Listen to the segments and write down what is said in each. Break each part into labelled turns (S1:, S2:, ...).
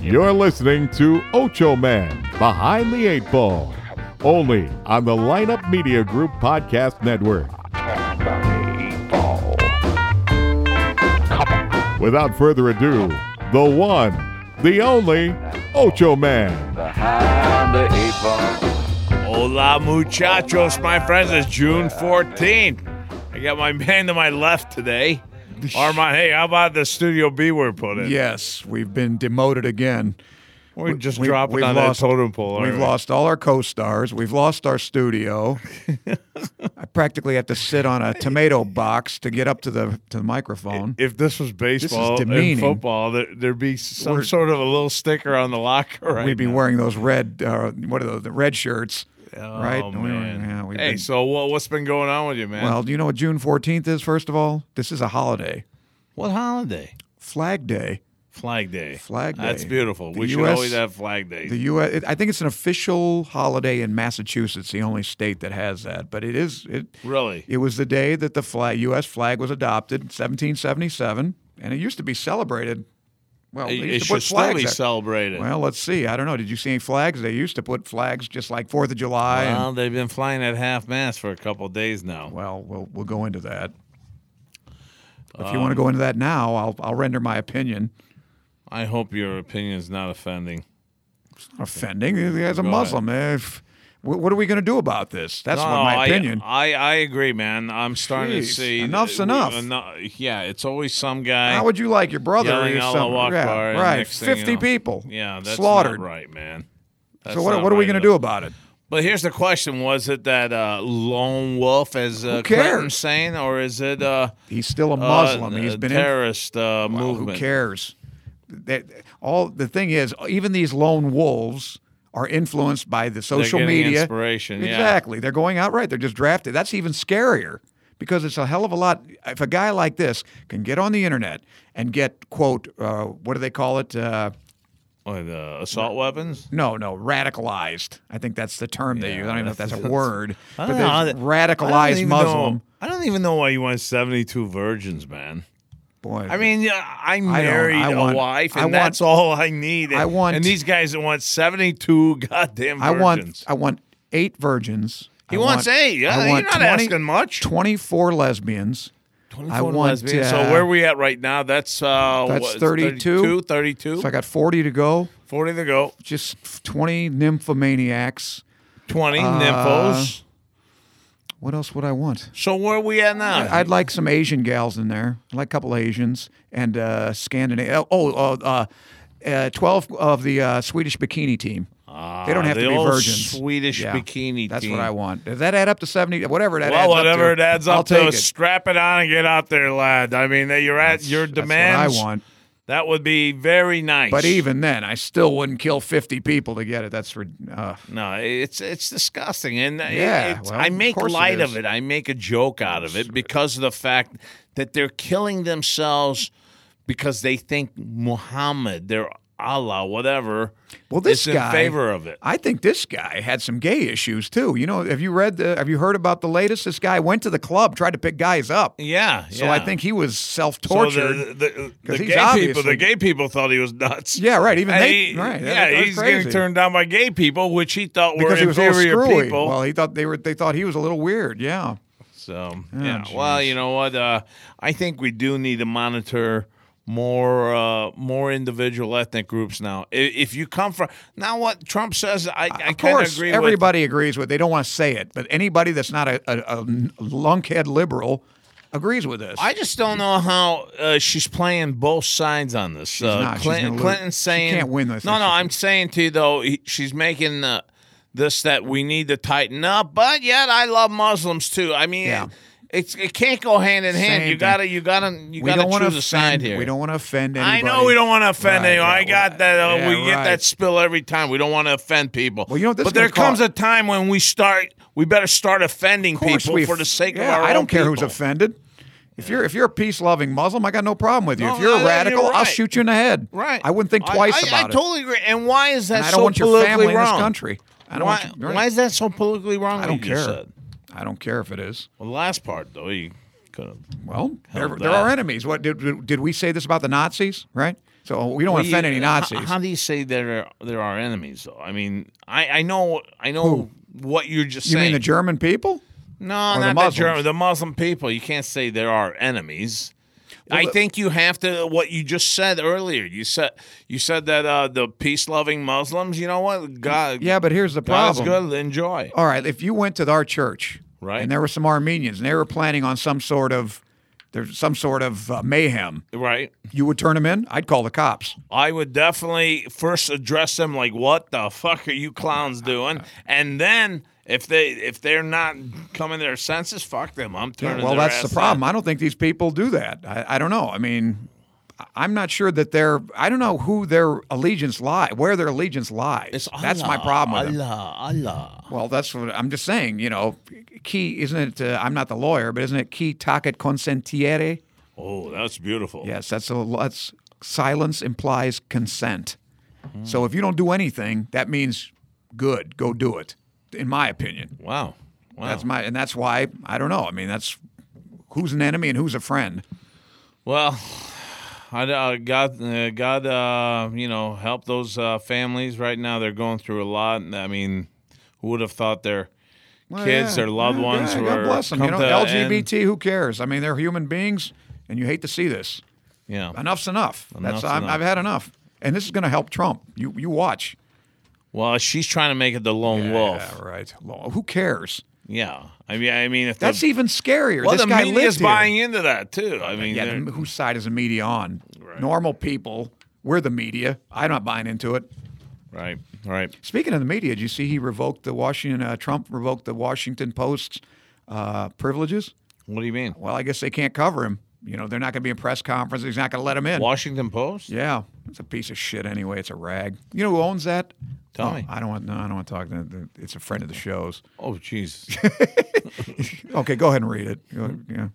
S1: You're listening to Ocho Man Behind the Eight Ball, only on the Lineup Media Group Podcast Network. Without further ado, the one, the only Ocho Man.
S2: Behind the eight ball.
S3: Hola, muchachos, my friends. It's June 14th. I got my man to my left today. Armand, hey, how about the Studio B word put in?
S4: Yes, we've been demoted again.
S3: We're just
S4: We-
S3: dropping
S4: we've
S3: on
S4: lost-
S3: that totem pole. aren't
S4: We've
S3: we?
S4: lost all our co-stars. We've lost our studio. I practically had to sit on a tomato box to get up to the to the microphone.
S3: If this was baseball and
S4: demeaning.
S3: football, there, there'd be some
S4: We're-
S3: sort of a little sticker on the locker right
S4: We'd be
S3: now.
S4: wearing those red, uh, what are those, the red shirts,
S3: Oh,
S4: right? We were-
S3: man.
S4: yeah, we've
S3: hey,
S4: been-
S3: so what, what's been going on with you, man?
S4: well, do you know what June fourteenth is? First of all, this is a holiday,
S3: what holiday?
S4: Flag Day.
S3: Flag Day.
S4: Flag
S3: That's
S4: Day.
S3: beautiful.
S4: The
S3: we should
S4: US
S3: always have Flag Day.
S4: The U.S. it- I think it's an official holiday in Massachusetts, the only state that has that. But it is it.
S3: really?
S4: It was the day that the flag, U.S. flag was adopted, 1777, and it used to be celebrated. Well,
S3: It,
S4: they
S3: it
S4: used to
S3: should
S4: put
S3: still
S4: flags.
S3: be
S4: there.
S3: celebrated.
S4: well, let's see. I don't know. Did you see any flags? They used to put flags just like Fourth of July. and-
S3: Well, they've been flying at half mast for a couple of days now.
S4: well, we'll we'll go into that. If
S3: Um,
S4: you want to go into that now, I'll I'll render my opinion.
S3: I hope your opinion's not offending.
S4: It's not offending. The guy's a
S3: Go ahead.
S4: Muslim. If, wh- what are we going to do about this? That's what my
S3: I-
S4: opinion.
S3: I, I, agree, man. I'm starting to
S4: Jeez,
S3: see
S4: enough's enough.
S3: enou- yeah, it's always some guy.
S4: How would you like your brother?
S3: Yelling
S4: or
S3: Allah
S4: something?
S3: Akbar,
S4: yeah,
S3: and
S4: right.
S3: next thing you
S4: Fifty
S3: know-
S4: people.
S3: yeah, that's
S4: slaughtered.
S3: Not right, man.
S4: so what, what are we going to do about it?
S3: But here's the question: Was it that uh, lone wolf, as uh, Clinton's
S4: cares?
S3: saying, or is it uh,
S4: He's still a
S3: uh,
S4: Muslim. He's
S3: a
S4: been in.
S3: terrorist uh,
S4: Well,
S3: movement?
S4: Who cares? That all the thing is, even these lone wolves are influenced by the
S3: They're
S4: social
S3: getting
S4: media.
S3: inspiration. Yeah.
S4: Exactly. They're going out right. They're just drafted. That's even scarier because it's a hell of a lot. If a guy like this can get on the internet and get quote, uh, what do they call it? Uh,
S3: What, uh, assault weapons.
S4: no, no, radicalized. I think that's the term they use. I don't even know if that's a word.
S3: I
S4: But
S3: don't know.
S4: there's
S3: I don't
S4: radicalized
S3: even
S4: Muslim.
S3: know- I don't even know why you want 72 virgins, man.
S4: Boy,
S3: I mean, yeah, I
S4: I
S3: married
S4: want-
S3: a wife,
S4: I
S3: and
S4: want-
S3: that's all I need.
S4: I want-
S3: and these guys that want 72 goddamn virgins.
S4: I want I want eight virgins.
S3: He
S4: I
S3: wants
S4: want-
S3: eight. Yeah,
S4: I
S3: you're
S4: want
S3: not asking much.
S4: Twenty-four lesbians.
S3: 24
S4: I want,
S3: lesbians. so
S4: uh,
S3: where we at right now? That's uh,
S4: That's
S3: what,
S4: 32?
S3: 32, 32,
S4: So I got forty to go.
S3: 40 to go,
S4: Just twenty nymphomaniacs.
S3: 20
S4: Uh,
S3: nymphos.
S4: What else would I want?
S3: So where we at now?
S4: I'd like some Asian gals in there. I'd like a couple Asians and uh, Scandinavian. Oh, oh, uh, uh, twelve of the uh, Swedish bikini team. they
S3: Ah,
S4: don't have
S3: the
S4: to be
S3: old
S4: virgins.
S3: Swedish
S4: Yeah,
S3: bikini
S4: That's
S3: team.
S4: what I want. Does that add up to seventy? Whatever that
S3: Well,
S4: adds
S3: whatever
S4: up
S3: it
S4: to.
S3: adds
S4: I'll
S3: up
S4: take
S3: to,
S4: it.
S3: strap it on and get out there, lad. I mean, that you're at your
S4: That's what
S3: demands.
S4: I want.
S3: That would be very nice.
S4: But even then, I still wouldn't kill 50 people to get it. That's rid- uh,
S3: no, it's it's disgusting, and
S4: Yeah,
S3: yeah,
S4: well,
S3: I
S4: of
S3: make
S4: course it
S3: light
S4: is.
S3: of it. I make a joke out of it because of the fact that they're killing themselves because they think Muhammad, their Allah, whatever,
S4: well. This
S3: is
S4: guy
S3: in favor of it.
S4: I think this guy had some gay issues too. You know, have you read the? Have you heard about the latest? This guy went to the club, tried to pick guys up.
S3: Yeah,
S4: So
S3: yeah.
S4: I think he was self
S3: So
S4: tortured.
S3: the- the, the,
S4: 'Cause
S3: the
S4: he's
S3: gay people,
S4: obviously-
S3: the gay people thought he was nuts.
S4: yeah, right. Even
S3: And
S4: they,
S3: he-
S4: right?
S3: Yeah,
S4: that's
S3: he's
S4: crazy.
S3: getting turned down by gay people, which he thought were
S4: because he was all
S3: inferior
S4: screwy.
S3: people.
S4: Well, he thought they were. They thought he was a little weird. Yeah.
S3: so
S4: Oh,
S3: yeah. Well, you know what? Uh, I think we do need to monitor more uh, more individual ethnic groups now. I- If you come from now, what Trump says, I, I
S4: of
S3: kind of
S4: course,
S3: agree with.
S4: everybody agrees with. They don't want to say it, but anybody that's not a, a, a lunkhead liberal agrees with this.
S3: I just don't know how uh, she's playing both sides on this. uh,
S4: not. She's gonna
S3: Clinton,
S4: lose.
S3: Clinton's
S4: She
S3: saying
S4: can't win this.
S3: No, no,
S4: She-
S3: I'm saying to you though, he, she's making uh, this that we need to tighten up. But yet, I love Muslims too. I mean,
S4: Yeah.
S3: it's it can't go hand in hand.
S4: Same
S3: You
S4: thing.
S3: gotta, you gotta, you
S4: we
S3: gotta
S4: don't
S3: choose
S4: want to
S3: a side
S4: offend.
S3: here.
S4: We don't want to offend anybody.
S3: I know we don't want to offend
S4: Right,
S3: anyone. I
S4: right,
S3: got that. Uh,
S4: yeah,
S3: we get
S4: right.
S3: that spill every time. We don't want to offend people.
S4: Well, you know what this
S3: but
S4: is gonna
S3: there comes
S4: call-
S3: a time when we start. We better start offending
S4: course
S3: people
S4: we-
S3: for the sake
S4: yeah,
S3: of our
S4: I don't
S3: own
S4: care who's
S3: people.
S4: offended. If you're if you're a peace loving Muslim, I got no problem with you.
S3: No,
S4: if you're
S3: no,
S4: a
S3: no,
S4: radical,
S3: you're
S4: I'll
S3: right.
S4: shoot you in the head.
S3: Right.
S4: I wouldn't think twice
S3: I, I,
S4: about
S3: I
S4: it.
S3: totally agree. And why is that
S4: and I
S3: so
S4: don't want your
S3: politically
S4: family
S3: wrong?
S4: in this country. I don't
S3: why,
S4: want your,
S3: why is that so politically wrong?
S4: I
S3: what
S4: don't
S3: you just
S4: care.
S3: said?
S4: I don't care if it is.
S3: Well, the last part though, you could have.
S4: Well, they're,
S3: Hell,
S4: they're our
S3: that-
S4: enemies. What did, did we say this about the Nazis? Right? So oh, we don't
S3: Well,
S4: offend
S3: you-
S4: any
S3: uh, h-
S4: Nazis.
S3: How, do you say they're they're our enemies though? I mean, I, I know I know what you're just
S4: you
S3: saying.
S4: mean the German people?
S3: no, not
S4: or the
S3: the
S4: Muslims?
S3: German, the Muslim people. You can't say they're our enemies. I
S4: the-
S3: think you have to what you just said earlier. You said you said that uh, the peace loving Muslims. You know what? God,
S4: Yeah, but here's the
S3: God's
S4: problem.
S3: good. Enjoy.
S4: All right, if you went to our church,
S3: Right.
S4: and there were some Armenians, and they were planning on some sort of there's some sort of uh, mayhem,
S3: Right.
S4: you would turn them in. I'd call the cops.
S3: I would definitely first address them like, "What the fuck are you clowns doing?" And then if they if they're not coming to their senses, fuck them. I'm turning.
S4: well,
S3: their
S4: that's the
S3: ass
S4: problem. I don't think these people do that. I, I don't know. I mean, I- I'm not sure that they're. I don't know who their allegiance lie, where their allegiance lies.
S3: in. It's
S4: that's my
S3: Allah,
S4: problem. With them.
S3: Allah, Allah.
S4: Well, that's what I'm just saying. You know, key isn't it? Uh, I'm not the lawyer, but isn't it key tacket consentiere?
S3: Oh, that's beautiful.
S4: Yes, that's a that's silence implies consent.
S3: Hmm.
S4: So if you don't do anything, that means good. Go do it. In my opinion,
S3: Wow. Wow.
S4: that's my and that's why I don't know. I mean, that's who's an enemy and who's a friend.
S3: well, I, uh, God, uh, God, uh, you know, help those uh, families right now. They're going through a lot. And, I mean, who would have thought their kids,
S4: yeah.
S3: their loved ones
S4: Yeah,
S3: were
S4: God bless them.
S3: come
S4: You know,
S3: to an end?
S4: LGBT. Who cares? I mean, they're human beings, and you hate to see this.
S3: Yeah.
S4: Enough's enough.
S3: Enough's
S4: that's I'm,
S3: enough.
S4: I've had enough, and this is going to help Trump. You you watch.
S3: Well, she's trying to make it the lone wolf.
S4: Yeah, right. Lo- Who cares?
S3: Yeah, I mean, I mean, if
S4: That's
S3: the,
S4: even scarier.
S3: well,
S4: this
S3: the
S4: guy
S3: media
S4: lives
S3: is buying into that too. I mean,
S4: Yeah,
S3: they're-
S4: the, whose side is the media on? Normal people. We're the media. I'm not buying into it.
S3: right, right.
S4: Speaking of the media, did you see he revoked the Washington? Uh, Trump revoked the Washington Post's uh, privileges.
S3: What do you mean?
S4: Well, I guess they can't cover him. You know, they're not going to be in press conferences. He's not going to let him in.
S3: Washington Post.
S4: Yeah, it's a piece of shit anyway. It's a rag. You know who owns that?
S3: Tell
S4: Oh,
S3: me.
S4: I don't want. No, I don't want to talk. To, the- it's a friend of the show's.
S3: Oh, Jesus.
S4: Okay, go ahead and read it. Go- Yeah.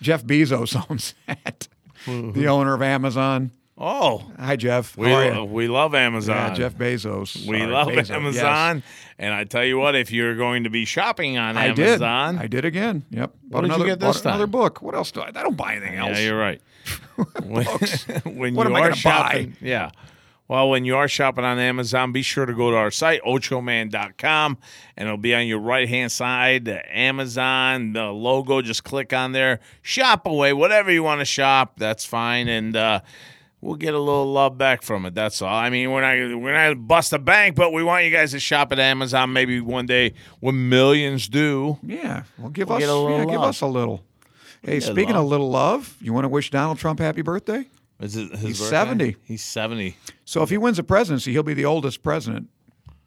S4: Jeff Bezos owns that. the owner of Amazon.
S3: Oh,
S4: Hi, Jeff.
S3: Mm-hmm. we
S4: How are you?
S3: we love Amazon.
S4: Yeah, Jeff Bezos.
S3: We
S4: Sorry,
S3: love
S4: Bezos.
S3: Amazon, and I tell you what, if you're going to be shopping on
S4: Yes. I did.
S3: Amazon,
S4: I did again. Yep. Bought
S3: did you
S4: another,
S3: get this
S4: bought Another
S3: time?
S4: book. What else do I? I don't buy anything else.
S3: yeah, you're right. when when
S4: What
S3: you
S4: am I
S3: are
S4: gonna buy?
S3: shopping, yeah. Well, when you are shopping on Amazon, be sure to go to our site, ochoman.com, and it'll be on your right hand side, the Amazon, the logo. Just click on there, shop away, whatever you want to shop, that's fine. And, uh, We'll get a little love back from it. That's all. I mean, we're not we're not gonna bust a bank, but we want you guys to shop at Amazon. Maybe one day when millions do,
S4: Yeah. Well, give
S3: We'll
S4: us
S3: get a little
S4: yeah, give
S3: love.
S4: us a little. Hey, speaking of little love, you want to wish Donald Trump happy birthday?
S3: is it his
S4: He's
S3: birthday?
S4: 70.
S3: He's seventy.
S4: So if he wins the presidency, he'll be the oldest president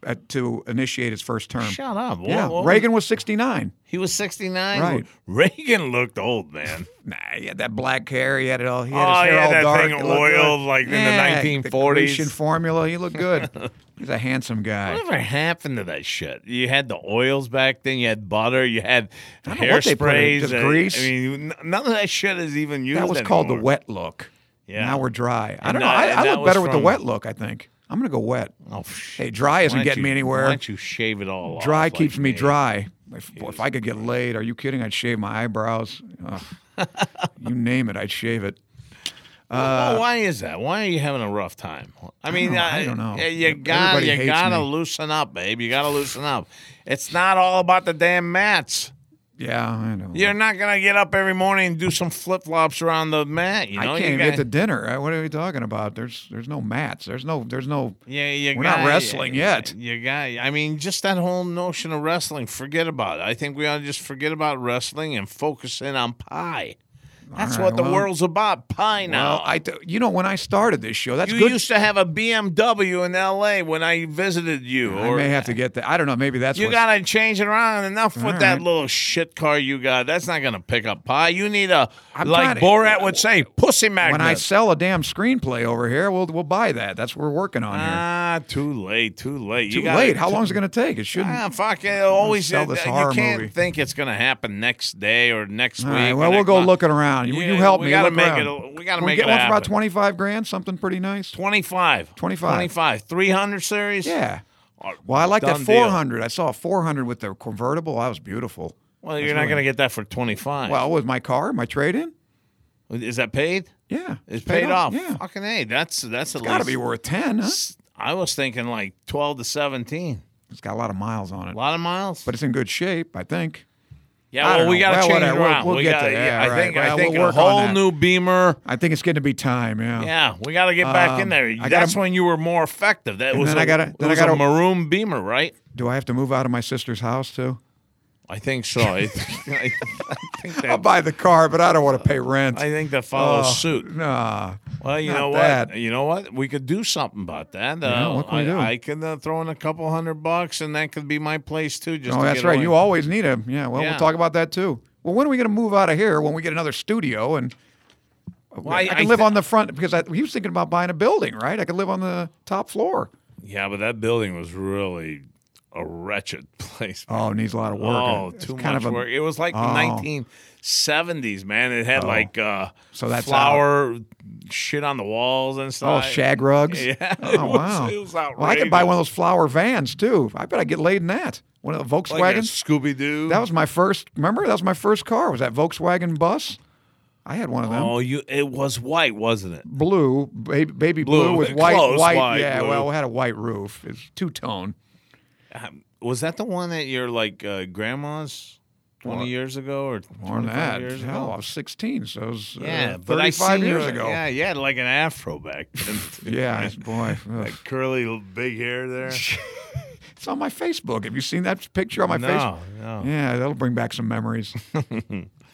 S4: uh to initiate his first term.
S3: Shut up. What-
S4: yeah.
S3: what was-
S4: Reagan was 69.
S3: He was 69.
S4: Right.
S3: Reagan looked old, man.
S4: Nah, he had that black hair. He had it all. He
S3: Oh,
S4: had his
S3: he had
S4: hair all
S3: that
S4: dark.
S3: thing
S4: He looked good.
S3: oiled, like, in the
S4: Yeah,
S3: 1940s.
S4: The Grecian formula. He looked good. He's a handsome guy.
S3: Whatever happened to that shit? You had the oils back then. You had butter. You had
S4: don't know what they put in it,
S3: hairsprays.
S4: just
S3: uh,
S4: grease?
S3: I mean, n- none of that shit is even used.
S4: That was called the
S3: anymore.
S4: wet look.
S3: Yeah.
S4: Now we're dry. I
S3: And
S4: don't know.
S3: that-
S4: I,
S3: and
S4: I
S3: that
S4: look better
S3: was
S4: with the
S3: from-
S4: wet look. I think I'm gonna go wet.
S3: Oh, shit.
S4: Hey, dry isn't
S3: Why don't
S4: getting me
S3: you-
S4: anywhere.
S3: Why don't you shave it all off?
S4: Dry
S3: like
S4: keeps me
S3: me?
S4: dry. If, boy, if I could get laid, are you kidding? I'd shave my eyebrows. Ugh. you name it, I'd shave it.
S3: well, why is that? Why are you having a rough time? I mean,
S4: know. Uh, I don't know.
S3: uh, You
S4: Everybody
S3: got you
S4: hates
S3: got to
S4: me.
S3: loosen up, babe. You got to loosen up. It's not all about the damn mats.
S4: Yeah, I know.
S3: You're not gonna get up every morning and do some flip flops around the mat. You know,
S4: I
S3: You
S4: can't even
S3: got-
S4: get to dinner. Uh, What are we talking about? There's there's no mats. There's no there's no.
S3: Yeah, you
S4: We're not
S3: got-
S4: wrestling yet.
S3: You got. I mean, just that whole notion of wrestling. Forget about it. I think we ought to just forget about wrestling and focus in on pie. That's
S4: right,
S3: what the
S4: well-
S3: world's about. Pie now.
S4: Well, I th- you know when I started this show, that's
S3: you
S4: good.
S3: used to have a BMW in L.A. when I visited you.
S4: I
S3: or
S4: may have to get that. I don't know. Maybe that's
S3: you
S4: what
S3: gotta change it around. Enough with
S4: All
S3: that
S4: right.
S3: little shit car you got. That's not gonna pick up pie. You need a
S4: I'm
S3: like
S4: trying to-
S3: Borat would say, pussy magnet.
S4: when I sell a damn screenplay over here, we'll we'll buy that. That's what we're working on here.
S3: Ah, too late, too late.
S4: Too
S3: you gotta-
S4: late. How long is it going to take? It shouldn't.
S3: Ah, fuck it. Always, uh,
S4: sell this
S3: you
S4: horror
S3: can't
S4: movie.
S3: think it's gonna happen next day or next
S4: All
S3: week.
S4: right.
S3: or
S4: Well, we'll
S3: next
S4: go
S3: month.
S4: looking around. You,
S3: Yeah,
S4: you help
S3: we
S4: me.
S3: Gotta
S4: look
S3: make
S4: around.
S3: it. a- We gotta
S4: Can we
S3: make
S4: get
S3: it
S4: one for
S3: happen.
S4: about twenty five grand. Something pretty nice.
S3: 25.
S4: 25.
S3: 25. 300 series.
S4: Yeah.
S3: All right,
S4: Well, I like that
S3: done deal.
S4: four hundred. I saw a four hundred with the convertible. That was beautiful.
S3: Well, you're not gonna get that for 25.
S4: Well, with my car, my trade in.
S3: Is that paid?
S4: Yeah,
S3: It's paid, off.
S4: Yeah,
S3: Fucking hey, that's that's at
S4: got to
S3: least.
S4: be worth ten. Huh?
S3: I was thinking like twelve to seventeen.
S4: It's got a lot of miles on it,
S3: A lot of miles.
S4: but it's in good shape, I think.
S3: yeah,
S4: I
S3: well,
S4: don't
S3: we
S4: know.
S3: got to
S4: Well,
S3: change it
S4: whatever. We'll-
S3: around.
S4: we'll
S3: we
S4: get
S3: got
S4: to that.
S3: yeah, I
S4: All
S3: think
S4: right.
S3: I
S4: Well,
S3: think
S4: we'll
S3: a
S4: work on
S3: whole
S4: that.
S3: new Beamer.
S4: I think it's getting to be time. Yeah.
S3: Yeah, we got to get back in
S4: Um,
S3: there.
S4: I gotta-
S3: That's when you were more effective. That
S4: And
S3: was
S4: then
S3: a,
S4: I gotta-
S3: it
S4: then I
S3: was a
S4: gotta-
S3: maroon Beamer, right?
S4: Do I have to move out of my sister's house too?
S3: I think so. I, think- I think
S4: I'll
S3: that,
S4: buy the car, but I don't want to pay rent.
S3: I think that follows
S4: Oh,
S3: suit.
S4: Nah.
S3: Well, you
S4: not
S3: know
S4: that.
S3: what? You know what? We could do something about that. Uh,
S4: Yeah, what can
S3: I,
S4: we do?
S3: I could uh, throw in a couple hundred bucks, and that could be my place too. Just
S4: Oh,
S3: to
S4: that's
S3: get
S4: right.
S3: away.
S4: You always need them. Yeah. Well,
S3: Yeah.
S4: we'll talk about that too. Well, when are we going to move out of here? When we get another studio and
S3: I-
S4: I, can
S3: I
S4: live
S3: thi-
S4: on the front because I, he was thinking about buying a building, right? I could live on the top floor.
S3: Yeah, but that building was really a wretched place.
S4: Oh, it needs a lot of work.
S3: Oh,
S4: It's
S3: too
S4: kind
S3: much
S4: of a-
S3: work. It was like
S4: Oh.
S3: nineteen seventies, man. It had like uh
S4: So that's
S3: flower shit on the walls and
S4: Oh,
S3: stuff.
S4: shag rugs.
S3: Yeah. it
S4: Oh,
S3: was-
S4: wow.
S3: It was
S4: well, I could buy
S3: outrageous.
S4: one of those flower vans too. I bet I get laid in that. One of the Volkswagens.
S3: like Scooby Doo.
S4: That was my first. Remember, that was my first car. Was that Volkswagen bus? I had one of them.
S3: Oh, you it was white, wasn't it?
S4: Blue, baby, baby
S3: Blue,
S4: blue,
S3: uh,
S4: with white,
S3: close
S4: white.
S3: white
S4: yeah,
S3: blue.
S4: well, it had a white roof. It's two tone.
S3: Um, Was that the one at your like uh, grandma's twenty
S4: What?
S3: years ago or
S4: More than
S3: 25
S4: that.
S3: years
S4: Hell,
S3: ago?
S4: I was 16, so it was uh,
S3: yeah, but I
S4: 35
S3: seen
S4: years
S3: you-
S4: ago.
S3: Yeah, yeah, like an afro back. then, too,
S4: Yeah,
S3: man.
S4: it's- boy. ugh.
S3: That curly little big hair there.
S4: It's on my Facebook. Have you seen that picture on my Facebook?
S3: no, no.
S4: Yeah, that'll bring back some memories.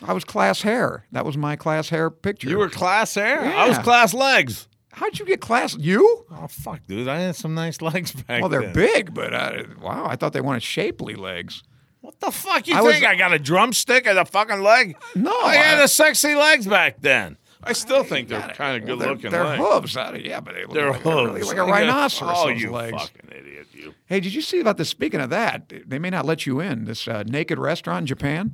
S4: I was class hair. That was my class hair picture.
S3: You were class hair. I was
S4: Yeah.
S3: class legs.
S4: How'd you get class? You?
S3: Oh fuck, dude! I had some nice legs back.
S4: Well, they're
S3: then.
S4: big, but uh, wow, I thought they wanted shapely legs.
S3: What the fuck you
S4: I was-
S3: think? I got a drumstick and a fucking leg.
S4: No,
S3: I had
S4: I-
S3: a sexy legs back then. I still think they're kind of
S4: Well,
S3: good
S4: they're,
S3: looking.
S4: They're
S3: legs.
S4: hooves. Uh, yeah, but they look
S3: They're
S4: like, they're really
S3: hooves.
S4: like a rhinoceros.
S3: Oh,
S4: those
S3: you
S4: legs.
S3: fucking idiot! You.
S4: Hey, did you see about this? Speaking of that, they may not let you in. This uh, naked restaurant in Japan.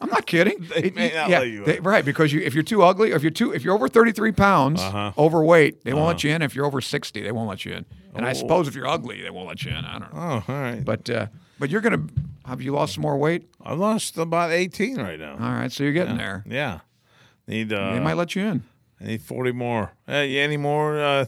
S4: I'm not kidding. they
S3: may not let you in.
S4: right? Because you, if you're too ugly, if you're too, if you're over 33 pounds,
S3: Uh-huh.
S4: overweight, they won't let you in. If you're over 60, they won't let you in. And
S3: Oh.
S4: I suppose if you're ugly, they won't let you in. I don't know.
S3: Oh, all right.
S4: But uh, but you're gonna have you lost some more weight?
S3: I lost about eighteen right now.
S4: All right, so you're getting there.
S3: Yeah, need uh,
S4: They might let you in.
S3: I need forty more. Hey, any more uh,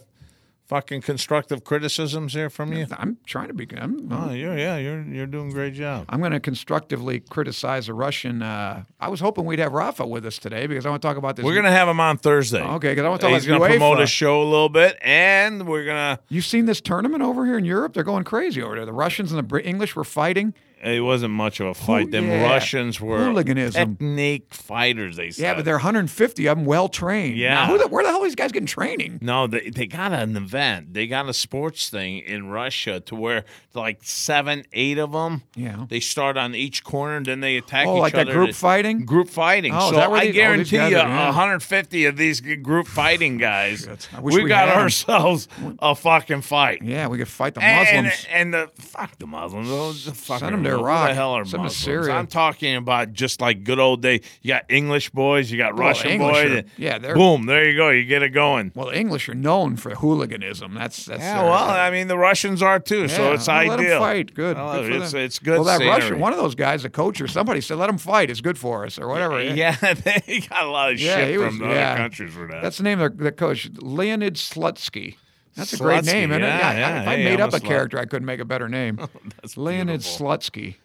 S3: fucking constructive criticisms here from you?
S4: I'm trying to be. I'm,
S3: Oh, you're, yeah, you're you're doing a great job.
S4: I'm going to constructively criticize the Russian. Uh, I was hoping we'd have Rafa with us today because I want to talk about this.
S3: We're gonna have him on Thursday.
S4: Okay, because I want to talk
S3: He's
S4: about
S3: gonna promote
S4: UEFA.
S3: his show a little bit, and we're gonna.
S4: You've seen this tournament over here in Europe? They're going crazy over there. The Russians and the Br- English were fighting.
S3: It wasn't much of a fight. Them
S4: yeah.
S3: Russians were
S4: Hooliganism.
S3: technique fighters. They said.
S4: Yeah, but they're 150 of them well trained.
S3: Yeah.
S4: Now, who the, where the hell are these guys getting training?
S3: No, they, they got an event. They got a sports thing in Russia to where like seven, eight of them.
S4: Yeah.
S3: They start on each corner and then they attack
S4: Oh,
S3: each
S4: like that
S3: other.
S4: group
S3: to-
S4: fighting?
S3: Group fighting.
S4: Oh, is
S3: so
S4: that where
S3: I
S4: these- oh, these
S3: guarantee
S4: guys
S3: you,
S4: are- yeah.
S3: 150 of these g- group fighting guys.
S4: I wish
S3: we,
S4: we
S3: got
S4: had 'em.
S3: ourselves a fucking fight.
S4: Yeah, we could fight the
S3: And-
S4: Muslims.
S3: And, and the fuck the Muslims. Those the fucking
S4: them
S3: who
S4: to Iraq.
S3: The hell are
S4: Send 'em to
S3: Muslims?
S4: Syria.
S3: I'm talking about just like good old day. You got English boys. You got
S4: Well,
S3: Russian
S4: English
S3: boys.
S4: are- yeah, they're-
S3: boom. There you go. You get it going.
S4: well, the English are known for hooliganism. That's that's.
S3: Yeah,
S4: their-
S3: well, I mean, the Russians are too, so
S4: Yeah,
S3: it's
S4: well,
S3: ideal.
S4: Let them fight. Good.
S3: Oh,
S4: Good for
S3: it's-
S4: them.
S3: it's good
S4: Well, that
S3: scenery.
S4: Russian, one of those guys, a coach or somebody, said, "Let them fight. It's good for us," or whatever.
S3: Yeah, they got a lot of
S4: Yeah,
S3: shit
S4: he
S3: from
S4: was-
S3: the
S4: yeah.
S3: other countries for that.
S4: That's the name of their, their coach, Leonid Slutsky. That's a great
S3: Slutsky,
S4: name, isn't
S3: yeah,
S4: it? I-
S3: yeah.
S4: If I
S3: Hey,
S4: made
S3: I'm
S4: up
S3: a
S4: a,
S3: slut.
S4: character, I couldn't make a better name.
S3: That's
S4: Leonid
S3: beautiful. Oh,
S4: Slutsky.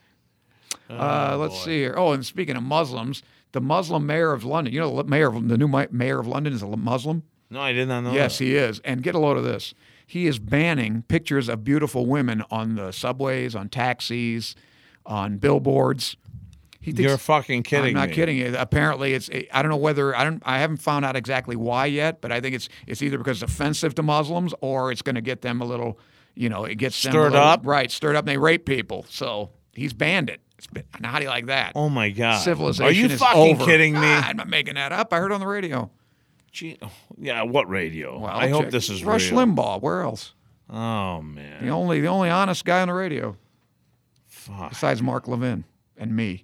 S4: Uh, let's see here. Oh, and speaking of Muslims, the Muslim mayor of London. You know, the mayor of the new mi- mayor of London is a Muslim.
S3: No, I did not know.
S4: Yes, he is. And get a load of this. He is banning pictures of beautiful women on the subways, on taxis, on billboards. He
S3: that.
S4: thinks
S3: you're fucking kidding.
S4: I'm not
S3: me.
S4: kidding you. Apparently, it's I don't know whether I don't I haven't found out exactly why yet, but I think it's it's either because it's offensive to Muslims or it's going to get them a little, you know, it gets them a
S3: Stirred
S4: little-
S3: up?
S4: right? Stirred up, and they rape people. So he's banned it. It's been, now, how do you like that?
S3: Oh my god,
S4: Civilization
S3: Are you
S4: is
S3: fucking
S4: over.
S3: kidding me?
S4: Ah, I'm not making that up. I heard on the radio.
S3: Gee- oh, yeah, what radio?
S4: Well,
S3: I hope
S4: check-
S3: this is
S4: Rush
S3: real.
S4: Limbaugh. Where else?
S3: Oh man,
S4: The only the only honest guy on the radio
S3: fuck.
S4: besides Mark Levin and me.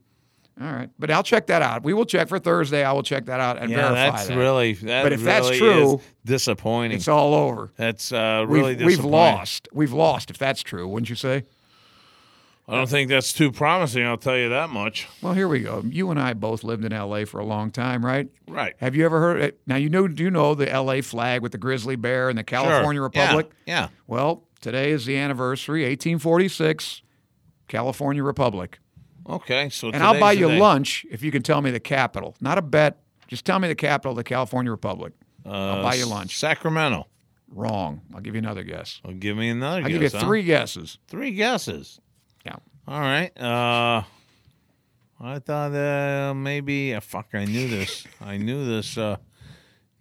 S4: All right, but I'll check that out. We will check for Thursday. I will check that out and
S3: Yeah,
S4: verify
S3: that's
S4: that.
S3: really. That
S4: But if that's
S3: really
S4: true,
S3: is disappointing.
S4: it's all over.
S3: that's uh, really
S4: we've, we've
S3: disappointing.
S4: lost. We've lost. If that's true, wouldn't you say?
S3: I don't think that's too promising. I'll tell you that much.
S4: Well, here we go. You and I both lived in L.A. for a long time, right?
S3: Right.
S4: Have you ever heard? eh, Now you know do you know the L.A. flag with the grizzly bear and the California
S3: Sure. Yeah,
S4: Republic?
S3: Yeah.
S4: Well, today is the anniversary, 1846, California Republic.
S3: Okay. So
S4: And I'll
S3: today's
S4: buy
S3: the
S4: you
S3: day.
S4: lunch if you can tell me the capital. Not a bet. Just tell me the capital of the California Republic. I'll
S3: Uh,
S4: buy you lunch.
S3: Sacramento.
S4: Wrong. I'll give you another guess.
S3: Well, give me another.
S4: I'll
S3: guess,
S4: give you
S3: huh?
S4: three guesses.
S3: Three guesses.
S4: Yeah.
S3: All right. Uh, I thought uh, maybe. Uh, fuck! I knew this. I knew this. Uh,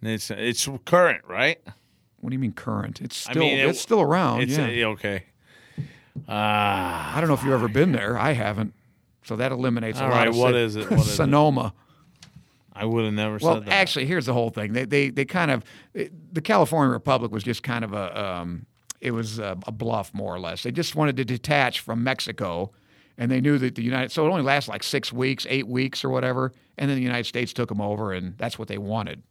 S3: it's it's current, right?
S4: What do you mean current? It's
S3: I
S4: still
S3: mean, it-
S4: it's still around.
S3: It's
S4: Oh, yeah.
S3: okay. Ah.
S4: I don't know if you've ever been there. I haven't. So that eliminates
S3: all
S4: a lot
S3: right.
S4: of
S3: What
S4: cit-
S3: is it? What is it?
S4: Sonoma.
S3: I would have never
S4: Well,
S3: said that.
S4: actually, here's the whole thing. They they they kind of it- the California Republic was just kind of a um, it was a, a bluff more or less. They just wanted to detach from Mexico, and they knew that the United so it only lasts like six weeks, eight weeks, or whatever. And then the United States took them over, and that's what they wanted.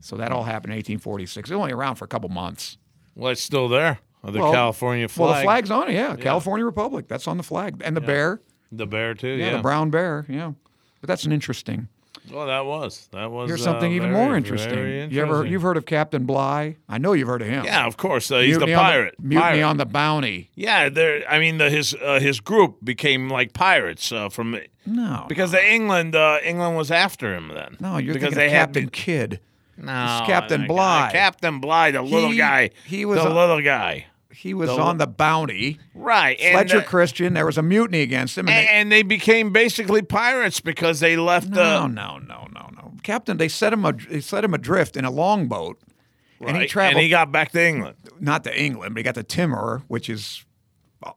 S4: So that all happened in 1846. It was only around for a couple months.
S3: well, it's still there. Oh, the
S4: Well-
S3: California flag.
S4: Well, the flag's on it, yeah. California Republic. That's on the flag, and the bear,
S3: The bear too.
S4: yeah,
S3: Yeah.
S4: the brown bear, yeah. But that's an interesting.
S3: Well, that was that was.
S4: Here's
S3: uh,
S4: something even
S3: very,
S4: more interesting.
S3: very
S4: You ever
S3: interesting.
S4: you've heard of Captain Bligh? I know you've heard of him.
S3: Yeah, of course. Uh, he's the
S4: Mutiny on
S3: pirate.
S4: mutiny
S3: Pirate.
S4: on the bounty.
S3: Yeah, there. I mean, the, his uh, his group became like pirates uh, from
S4: No,
S3: because the England uh, England was after him then.
S4: no, you're
S3: because
S4: thinking
S3: they
S4: of
S3: had
S4: Captain
S3: the-
S4: Kidd.
S3: no,
S4: Captain
S3: uh,
S4: Bligh.
S3: Captain Bligh, the little
S4: He-
S3: guy.
S4: he was
S3: the
S4: a-
S3: little guy.
S4: He was on the bounty.
S3: Right, and
S4: Fletcher
S3: uh,
S4: Christian. There was a mutiny against him.
S3: a-
S4: And they,
S3: and they became basically pirates because they left.
S4: no,
S3: uh,
S4: no, no, no, no. Captain, they set him. A, they set him adrift in a longboat, and he
S3: right,
S4: traveled
S3: and he got back to England.
S4: not to England, but he got to Timor, which is.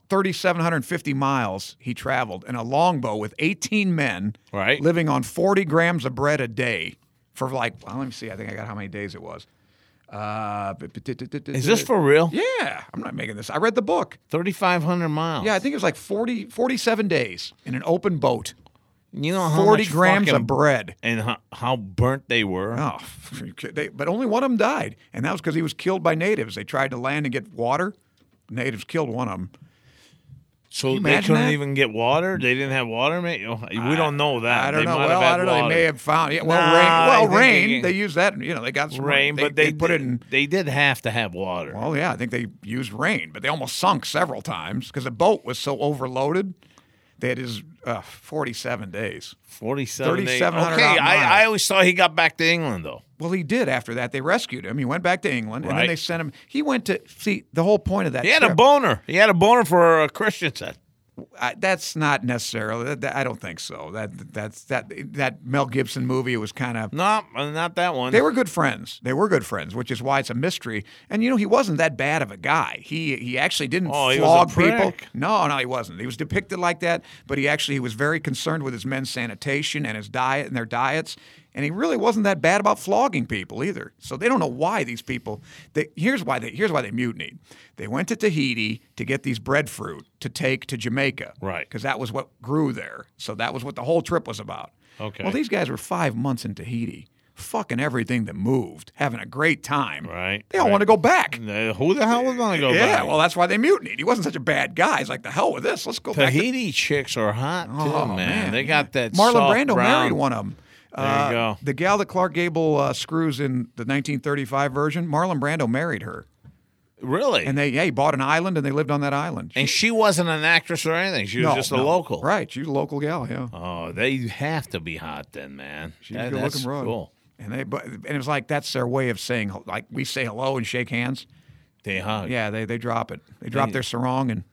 S4: 3,750 miles he traveled in a longboat with 18 men,
S3: Right.
S4: living on 40 grams of bread a day for like, well, let me see, I think I got how many days it was. Uh,
S3: Is this for real?
S4: Yeah, I'm not making this. I read the book.
S3: Thirty five hundred miles.
S4: Yeah, I think it was like 40, 47 days in an open boat,
S3: you know how
S4: 40
S3: much
S4: grams
S3: fucking-
S4: of bread.
S3: and how, how burnt they were.
S4: Oh, they, but only one of them died, and that was because he was killed by natives. They tried to land and get water. Natives killed one of them.
S3: So
S4: you
S3: they
S4: imagine
S3: couldn't
S4: that?
S3: even get water. They didn't have water. Mate? Oh, We don't know that.
S4: I don't
S3: They
S4: know.
S3: might have
S4: Well,
S3: had
S4: I don't know. They
S3: water.
S4: may have found. Yeah, well,
S3: Nah, I
S4: rain.
S3: think
S4: Well, rain.
S3: they-
S4: They, used that. You know, they got some
S3: rain, but they,
S4: put
S3: did,
S4: it in.
S3: They did have to have water.
S4: Well, yeah, I think they used rain, but they almost sunk several times because the boat was so overloaded. That is uh, 47 days.
S3: Forty-seven. days.
S4: 3,700
S3: Okay,
S4: odd miles.
S3: I, I always thought he got back to England though.
S4: Well, he did after that. They rescued him. He went back to England, and
S3: Right.
S4: then they sent him. He went to see the whole point of that.
S3: He had a
S4: trip-
S3: boner. He had a boner for uh, Christensen.
S4: I, that's not necessarily. That, that- I don't think so. That that's that that Mel Gibson movie was kind of.
S3: No, uh, not that one.
S4: They were good friends. They were good friends, which is why it's a mystery. And you know, he wasn't that bad of a guy. He he actually didn't
S3: Oh, he was a
S4: flog people.
S3: prick.
S4: No, no, he wasn't. He was depicted like that, but he actually he was very concerned with his men's sanitation and his diet and their diets. And he really wasn't that bad about flogging people either. So they don't know why these people. They, here's why they here's why they mutinied. They went to Tahiti to get these breadfruit to take to Jamaica,
S3: Right.
S4: Because that was what grew there. So that was what the whole trip was about.
S3: Okay.
S4: Well, these guys were five months in Tahiti, fucking everything that moved, having a great time.
S3: Right,
S4: They all
S3: right.
S4: want to go back.
S3: Uh, Who the hell was going to go
S4: yeah,
S3: back?
S4: well, that's why they mutinied. He wasn't such a bad guy. He's like, the hell with this. Let's go back. to-
S3: Tahiti chicks are hot too,
S4: Oh,
S3: man. They got
S4: yeah.
S3: that.
S4: Marlon
S3: soft
S4: Brando
S3: brown-
S4: married one of them.
S3: There you go.
S4: The gal that Clark Gable uh, screws in the 1935 version, Marlon Brando married her,
S3: Really?
S4: and they yeah, he bought an island and they lived on that island.
S3: And she wasn't an actress or anything. She was
S4: No,
S3: just a
S4: no.
S3: local.
S4: right? She's a local gal, yeah.
S3: Oh, they have to be hot then, man.
S4: She was
S3: That-
S4: a good
S3: that's
S4: looking broad.
S3: cool.
S4: And they, but, and it was like that's their way of saying like we say hello and shake hands.
S3: They hug.
S4: Yeah, they they drop it. They drop their sarong and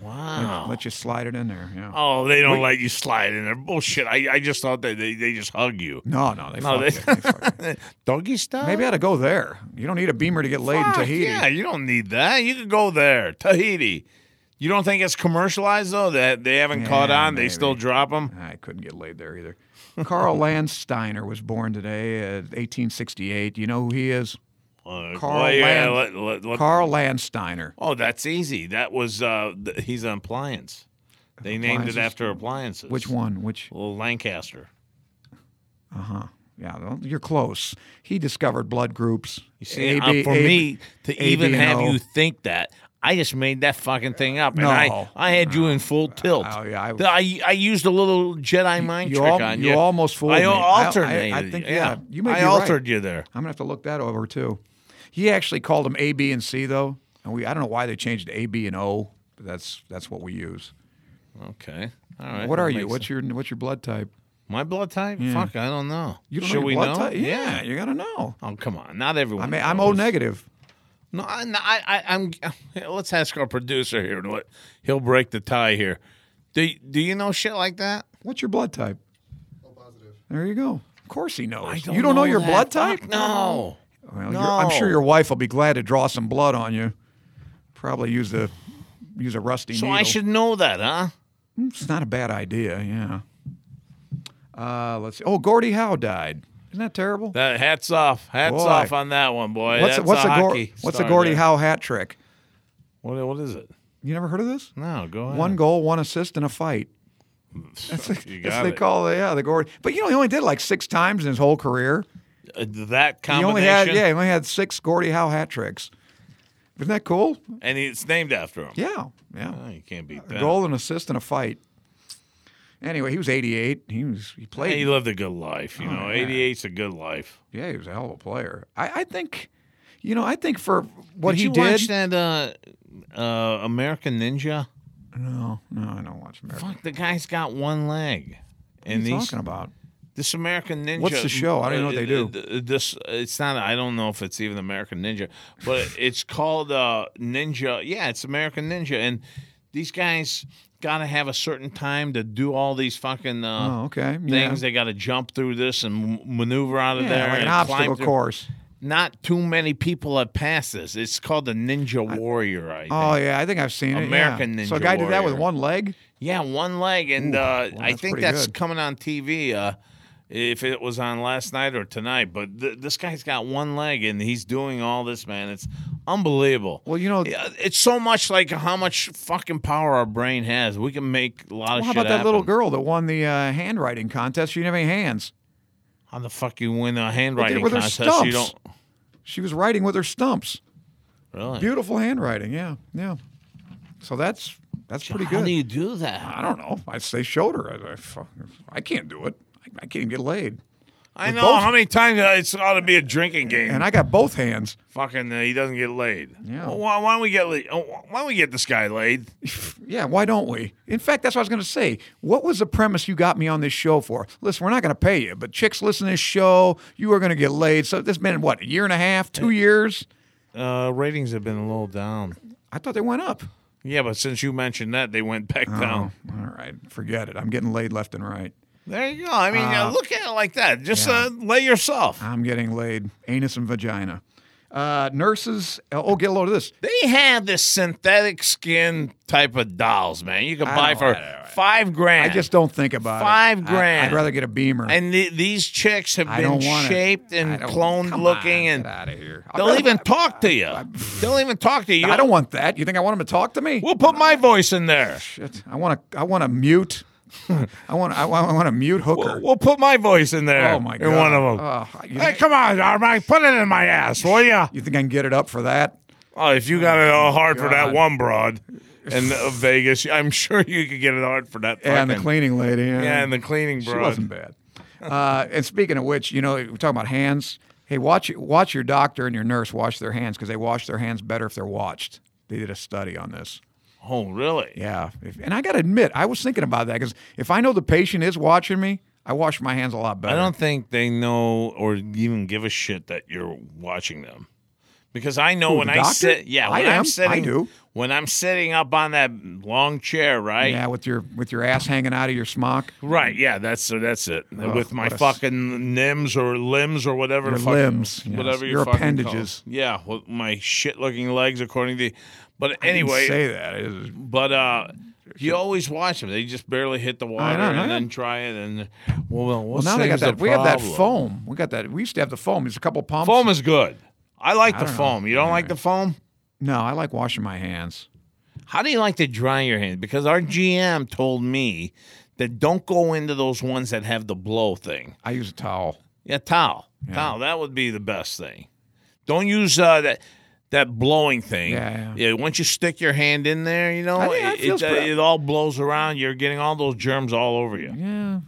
S3: Wow.
S4: let you slide it in there. Yeah.
S3: Oh, they don't let you slide in there. Bullshit. I, I just thought that they, they just hug you.
S4: No, no, they.
S3: No,
S4: fuck
S3: they-
S4: it. They fuck it.
S3: Doggy style?
S4: Maybe I ought to go there. You don't need a beamer to get laid in
S3: Fuck,
S4: Tahiti.
S3: Yeah, you don't need that. You could go there. Tahiti. You don't think it's commercialized, though? That they haven't caught
S4: Yeah,
S3: on? They still
S4: maybe.
S3: drop them?
S4: I couldn't get laid there either. Carl Landsteiner was born today, uh, 1868. You know who he is? Carl
S3: yeah,
S4: Land-
S3: let- let- let-
S4: Carl Landsteiner.
S3: Oh, that's easy. That was, uh, th- he's an appliance. They named it
S4: Appliances?
S3: after appliances.
S4: Which one? Which?
S3: Well, Lancaster.
S4: Uh huh. Yeah, well, you're close. He discovered blood groups. You
S3: See, uh, for me to even have you think that, I just made that fucking thing up, and I,
S4: No.
S3: I had you in full tilt.
S4: oh, yeah, I-
S3: I, I used a little Jedi mind
S4: you
S3: trick
S4: al-
S3: on you.
S4: you almost fooled
S3: I
S4: me. I- I- I
S3: alternated.
S4: think,
S3: you.
S4: yeah, you may
S3: I
S4: be right.
S3: altered you there.
S4: I'm gonna have to look that over too. He actually called them A, B, and C though, and we I don't know why they changed to A, B, and O. But that's that's what we use.
S3: Okay. All right.
S4: what
S3: that
S4: are you?
S3: makes
S4: What's your what's your blood type?
S3: My blood type? Fuck, I don't know.
S4: You don't
S3: Should
S4: know your
S3: we
S4: blood
S3: know?
S4: type? Yeah, you gotta know.
S3: Oh come on! Not everyone.
S4: I mean, I'm
S3: knows.
S4: O negative.
S3: No, I, no, I, I, I'm. Let's ask our producer here. Let, he'll break the tie here. Do Do you know shit like that?
S4: What's your blood type? There you go. Of course he knows.
S3: I
S4: you don't know, your
S3: that.
S4: blood type?
S3: No.
S4: Well, your- I'm sure
S3: No.
S4: your wife will be glad to draw some blood on you. Probably use a use a rusty
S3: So
S4: needle.
S3: I should know that, huh?
S4: It's not a bad idea. Yeah. Uh, let's see. Oh, Gordie Howe died. Isn't that terrible?
S3: That hats off, hats
S4: Boy.
S3: off on that one, boy.
S4: what's
S3: That's
S4: what's
S3: a,
S4: a, Gor-
S3: hockey
S4: what's a
S3: star
S4: Gordie
S3: there.
S4: Howe hat trick?
S3: What, what is it?
S4: You never heard of this?
S3: No, go ahead.
S4: One goal, one assist, and a fight.
S3: you
S4: That's
S3: got
S4: what they
S3: it.
S4: call the yeah the Gordie. But you know he only did like six times in his whole career.
S3: Uh, that combination.
S4: He only had yeah he only had six Gordie Howe hat tricks. Isn't that cool?
S3: and it's named after him.
S4: Yeah, yeah.
S3: Oh, you can't beat
S4: A
S3: that.
S4: goal, an assist, and a fight. Anyway, he was 88. He was he played.
S3: He lived a good life, you know.
S4: yeah.
S3: Eighty-eight's a good life.
S4: yeah, he was a hell of a player. I, I think, you know, I think for what
S3: did
S4: he
S3: you
S4: did.
S3: watch that uh, uh, American Ninja?
S4: No, no, I don't watch America.
S3: Fuck, the guy's got one leg.
S4: What are
S3: And
S4: you
S3: these,
S4: talking about?
S3: this American Ninja.
S4: What's the show? I don't even know what they
S3: uh,
S4: do.
S3: uh, This it's not. I don't know if it's even American Ninja, but it's called uh, Ninja. Yeah, it's American Ninja, and these guys got to have a certain time to do all these fucking uh,
S4: Oh, okay. Yeah.
S3: things. They got to jump through this and m- maneuver out of
S4: Yeah,
S3: there.
S4: like an
S3: and
S4: obstacle
S3: climb through-
S4: course.
S3: Not too many people have passed this. It's called the Ninja Warrior. I think.
S4: Oh yeah, I think I've seen it. yeah.
S3: American
S4: So a
S3: Ninja
S4: guy did that with
S3: Warrior.
S4: one leg.
S3: Yeah, one leg, and
S4: Ooh,
S3: uh,
S4: well,
S3: I
S4: that's
S3: think
S4: pretty
S3: that's
S4: good.
S3: coming on TV. Uh, if it was on last night or tonight, but th- this guy's got one leg and he's doing all this, man. It's unbelievable.
S4: Well, you know,
S3: Yeah, it's so much like how much fucking power our brain has. We can make a lot
S4: well,
S3: of
S4: how
S3: shit
S4: about that little
S3: happen.
S4: girl that won the uh, handwriting contest? She didn't have any hands.
S3: How the fuck you win a handwriting
S4: with her
S3: contest? You don't
S4: stumps. She was writing with her stumps.
S3: really.
S4: Beautiful handwriting. Yeah, yeah. So that's that's pretty
S3: How
S4: good.
S3: do you do that?
S4: I don't know. I they showed her. I, I, fuck, I can't do it. I, I can't get laid.
S3: I
S4: With
S3: know
S4: both-
S3: how many times uh, it's ought to be a drinking game.
S4: And I got both hands.
S3: fucking, uh, he doesn't get laid.
S4: Yeah.
S3: Well, why, why don't we get? la- oh, Why don't we get this guy laid?
S4: Yeah, why don't we? In fact, that's what I was going to say. What was the premise you got me on this show for? Listen, we're not going to pay you, but chicks listen to this show. You are going to get laid. So this been what a year and a half, two years.
S3: Uh, ratings have been a little down.
S4: I thought they went up.
S3: Yeah, but since you mentioned that, they went back
S4: Oh.
S3: down.
S4: All right, forget it. I'm getting laid left and right.
S3: There you go. I mean, uh, look at it like that. Just uh, lay yourself.
S4: I'm getting laid, anus and vagina. Uh, nurses. Oh, get a load of this.
S3: They have this synthetic skin type of dolls, man. You can
S4: I
S3: buy
S4: don't-
S3: for
S4: I don't-
S3: five
S4: I
S3: grand.
S4: just don't think about it.
S3: Five
S4: I-
S3: grand.
S4: I'd rather get a beamer.
S3: and the, these chicks have
S4: I
S3: been
S4: don't want it.
S3: shaped
S4: I
S3: and
S4: don't-
S3: cloned
S4: come
S3: looking,
S4: on,
S3: and
S4: get out of here. I'd
S3: they'll
S4: rather-
S3: even talk to you. they'll even talk to you.
S4: I don't want that. You think I want them to talk to me?
S3: We'll put my voice in there.
S4: Shit. I want to. I want to mute. I want. I want. I want to mute hooker.
S3: We'll, we'll put my voice in there.
S4: Oh my god.
S3: In one of them.
S4: Oh, you,
S3: hey,
S4: think,
S3: come on, Armag, put it in my ass, will ya?
S4: you think I can get it up for that?
S3: Oh, if you got it all hard for that
S4: God.
S3: one broad in uh, Vegas, I'm sure you could get it hard for that.
S4: And the
S3: fucking-
S4: cleaning lady. Yeah,
S3: Yeah, and the cleaning
S4: she
S3: broad.
S4: wasn't bad. Uh, and speaking of which, you know, we're talking about hands. Hey, watch watch your doctor and your nurse wash their hands because they wash their hands better if they're watched. They did a study on this.
S3: Oh, really?
S4: Yeah, if, and I got to admit, I was thinking about that because if I know the patient is watching me, I wash my hands a lot better.
S3: I don't think they know or even give a shit that you're watching them. Because I know
S4: Who,
S3: when
S4: the
S3: I
S4: doctor?
S3: sit, yeah,
S4: I
S3: when
S4: am.
S3: am
S4: I
S3: sitting,
S4: do.
S3: when I'm sitting up on that long chair, right?
S4: Yeah, with your with your ass hanging out of your smock,
S3: Right, yeah, that's so. That's it. With my
S4: what a s-
S3: fucking nims or limbs or whatever,
S4: Oh, Your
S3: the fuck-
S4: limbs, yes.
S3: whatever
S4: Your
S3: fucking called.
S4: appendages.
S3: Yeah, well, my shit-looking legs, according to. But
S4: You
S3: anyway,
S4: say that. It is-
S3: But uh, you always watch them. They just barely hit the water
S4: know,
S3: and
S4: I know.
S3: then try it. And well, well,
S4: Well,
S3: what's
S4: now they
S3: things
S4: got that.
S3: the
S4: we have that
S3: problem?
S4: foam. We got that. We used to have the foam. There's a couple pumps.
S3: Foam is good. I like the
S4: don't know.
S3: foam. You don't like the foam?
S4: No, I like washing my hands.
S3: How do you like to dry your hands? Because our GM told me that don't go into those ones that have the blow thing.
S4: I use a towel.
S3: Yeah, towel. Towel. That would be the best thing. Don't use uh, that that blowing thing.
S4: Yeah,
S3: Once you stick your hand in there, you know,
S4: I think that
S3: it,
S4: feels
S3: it, uh,
S4: pretty-
S3: it all blows around. You're getting all those germs all over you.
S4: Yeah.